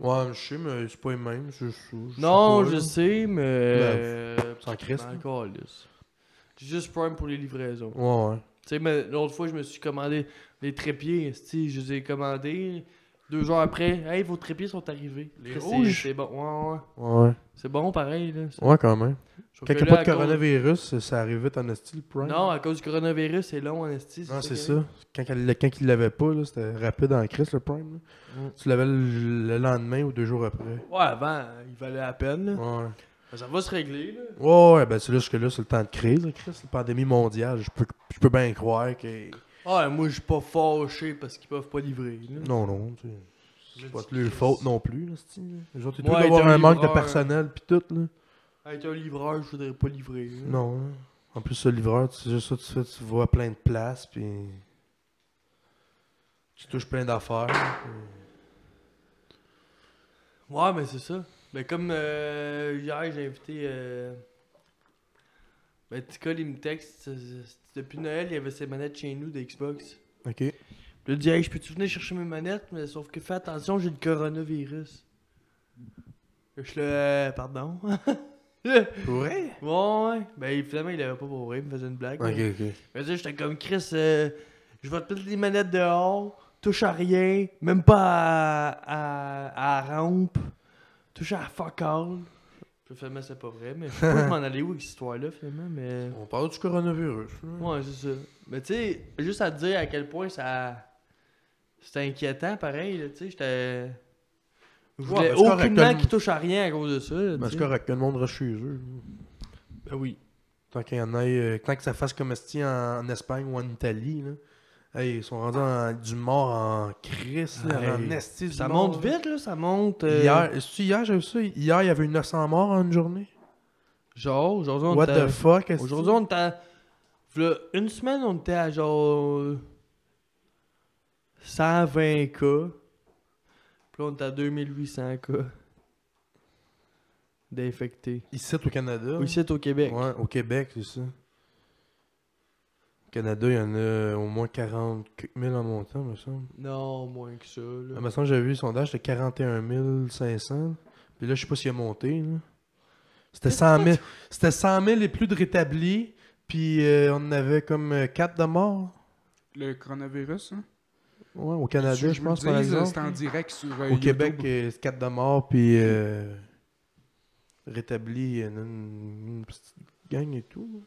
là, tu sais. mais je sais, mais c'est pas les mêmes, c'est juste ça, je non, sais pas, je là. sais, mais. euh, Sans Chris, là. encore lisse. J'ai juste Prime pour les livraisons. Ouais, ouais. Tu sais, mais l'autre fois, je me suis commandé les trépieds, esti, je les ai commandés. Deux jours après, hey, vos trépieds sont arrivés. Les Chris, c'est- rouges? C'est bon, ouais, ouais. Ouais, ouais. C'est bon pareil, là. C'est- Ouais, quand même. Sauf Quand que il n'y a là, pas à de cause- coronavirus, ça- ça arrive vite en esti, le Prime. Non, à cause du coronavirus, c'est long en esti. Non, Ah, c'est qui ça. Quand, il- quand il l'avait pas, là, c'était rapide en crise, le Prime. là. Mm. Tu l'avais le, le lendemain ou deux jours après. arrive. Ouais, avant, il valait la peine, là. Ouais. Ça va se régler, là. Ouais, ouais, ben c'est là, que là, c'est le temps de crise, là, Chris, la pandémie mondiale. Je peux, je peux bien croire que. Ah, moi, je suis pas fâché parce qu'ils peuvent pas livrer. Là. Non, non, tu sais, Je c'est pas dis de leur Chris. faute non plus, là, c'est-tu, là. Les autres, ils Ouais, doivent avoir t'as un un manque de livreur. personnel pis tout, là. Être un livreur, je voudrais pas livrer. là. Non, hein. En plus, le livreur, tu sais, juste ça, tu fais, tu vois plein de places pis. Tu touches plein d'affaires. pis- Ouais, mais c'est ça. Mais comme euh, hier, j'ai invité. Euh... Ben, Ticole, il me texte. euh, Depuis Noël, il y avait ses manettes chez nous de Xbox. Ok. Puis là, il dit, hey, je peux-tu venir chercher mes manettes? Mais sauf que fais attention, j'ai le coronavirus. Je suis là, Euh, pardon. ouais, Ouais. ouais. Ben, finalement, il avait pas pour vrai, il me faisait une blague. Ok, mais- ok. Mais tu sais, j'étais comme Chris, euh, je vais te mettre les manettes dehors, touche à rien, même pas à, à, à la rampe, touche à fuck all. Puis finalement, c'est pas vrai, mais je sais pas où m'en aller où avec cette histoire-là, finalement, mais. On parle du coronavirus, là. Ouais, c'est ça. Mais tu sais, juste à te dire à quel point ça. C'était inquiétant, pareil, là, tu sais, j'étais. Je Ouais, voulais mais c'est correct, aucunement le- qu'il touche à rien à cause de ça. là, Ben, tu c'est sais. correct, que le monde reste chez eux. Ben oui. Tant qu'il y en a, euh, tant que ça fasse comme esti en, en Espagne ou en Italie, là. Hey, ils sont rendus en- du mort en crise, là, Hey, en esti du Ça mort, monte là. vite, là, ça monte. euh, Hier, est-ce que hier, j'ai vu ça. Hier, il y avait eu 900 morts en une journée. Genre, aujourd'hui, on What était- the fuck, esti? euh, Aujourd'hui, on était à... v'là une semaine, on était à genre... 120 cas. Puis là, on était à 2800 cas. D'infectés. Ici, au Canada. Ici, au Québec. Ah. Ouais, au Québec, c'est ça. Au Canada, il y en a au moins 40 000 en montant, me semble. Non, moins que ça, Il là. me semble que j'avais vu le sondage, c'était 41 500. Puis là, je sais pas s'il a monté. là. C'était 100 000. C'était 100 000 et plus de rétablis. Puis euh, on en avait comme 4 de morts. Le coronavirus, hein? Ouais, au Canada, Si je pense, vous le par dise, C'est exemple. en direct sur euh, Au YouTube. Québec, euh, c'est 4 de morts. Puis euh, rétablis, il y en a une, une petite gang et tout. là.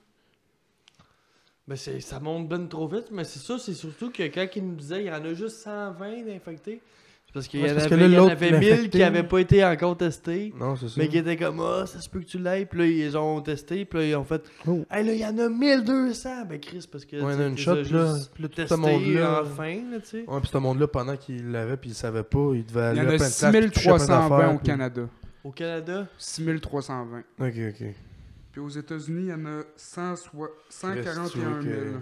Mais c'est, ça monte ben trop vite, mais c'est ça, c'est surtout que quand il nous disait qu'il y en a juste 120 d'infectés, c'est parce qu'il y Ouais, en c'est parce avait, que là, il y en l'autre avait l'infecté- 1000 qui n'avaient pas été encore testés, Non, c'est ça. mais qui étaient comme Ah, ça se peut que tu l'aies, puis là, ils les ont testé, puis là, ils ont fait Oh. Hey, là, il y en a 1200 Ben, Chris, parce que. Ouais, il y en a une tu shot, les as là, juste puis là, tout ce testés monde-là- enfin, là, tu sais. Ouais, puis ce monde-là, pendant qu'il l'avait, puis il savait pas, il devait Il y aller à en plein a de places, puis toucher plein 6320 d'affaires, au puis- Canada. Au Canada, 6320. Ok, ok. Puis aux États-Unis, il y en a 100 soit- Reste, tu 141 veux 000. que-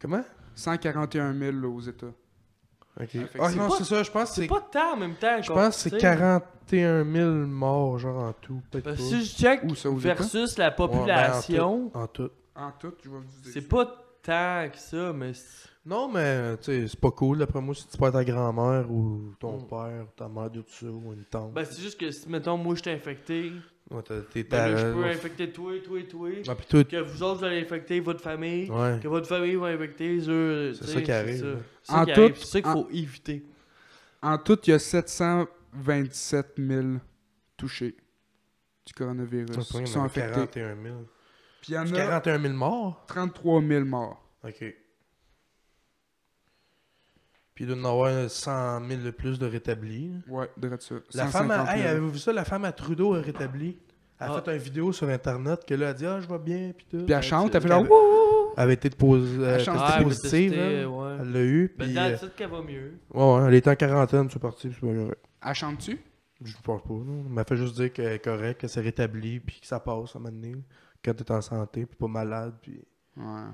Comment 141 000 là, aux États. Ok. Ah, fait que Ah c'est non, pas- c'est ça, je pense que c'est c'est. pas tant en même temps. Je pense que c'est 41 000 morts, genre en tout. Peut-être Parce pas. que si je check Où ça, aux États? versus la Ouais, ben, en tout- population, en tout. En tout, je vais vous dire. c'est pas tant que ça, mais. c'est- Non, mais tu sais, c'est pas cool, d'après moi, si tu perds ta grand-mère ou ton Mm. père ou ta mère, tout ça, ou une tante. Ben, c'est juste que si, mettons, moi, je t'ai infecté, Ouais, t'as- t'es ben, là, je peux ouais. infecter toi, toi, toi. Ouais, puis toi, Que vous autres, vous allez infecter votre famille. ben, ouais. Que votre famille va infecter eux. euh, C'est tu sais, ça qui arrive, là. C'est ça En qui tout- arrive. C'est ça qu'il en- faut éviter. En tout, il y a 727 000 touchés du Ça, coronavirus c'est vrai, qui il y en sont avait infectés. 41 000. Puis il y en a 41 000 morts 33 000 morts. Ok. Puis il doit y en avoir 100 000 de plus de rétablis. là. Ouais, dirais ça. La femme, à- 150 000. hey, avez-vous vu ça? La femme à Trudeau a rétabli. Elle a Ah. fait une vidéo sur Internet que là, elle a dit Ah, je vais bien, puis tout. Puis elle chante, elle fait Elle la avait- Elle avait été de posi- euh, chante. testée Ah, elle mais positive. tester, hein. ouais. Elle l'a eu, Ben, puis. dans euh, le titre qu'elle va mieux. Ouais, ouais, elle était en quarantaine, c'est parti, puis c'est pas grave. Elle chante-tu Je pense pas, non. Elle m'a fait juste dire qu'elle est correcte, qu'elle s'est rétablie, puis que ça passe à un moment donné. là. Quand t'es en santé, puis pas malade, puis. Ouais.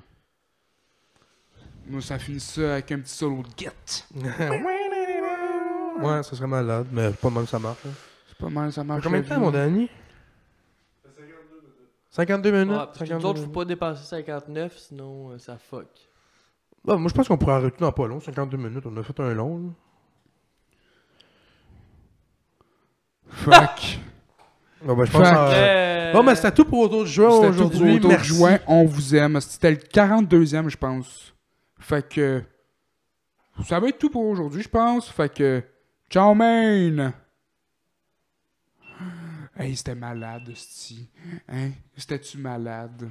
Moi, ça finit ça avec un petit solo de guette. ouais, ça serait malade, mais pas mal ça marche. là. C'est pas mal, ça Fait marche. combien de la temps, vie. mon ami 52 minutes. Ouais, parce que 52 nous autres, faut minutes. pas dépasser 59, sinon euh, ça fuck. Ouais, moi, je pense qu'on pourrait arrêter dans pas long, 52 minutes. On a fait un long. là. Fuck. Bon, ben, je pense. Fait euh, Euh, Bon, ben, c'était tout pour autour du juin C'était tout pour aujourd'hui. autour de Merci. juin. On vous aime. C'était le 42e, je pense. Fait que. Ça va être tout pour aujourd'hui, je pense. Fait que. Ciao, man! Hey, c'était malade, Sti. Hein? C'était-tu malade?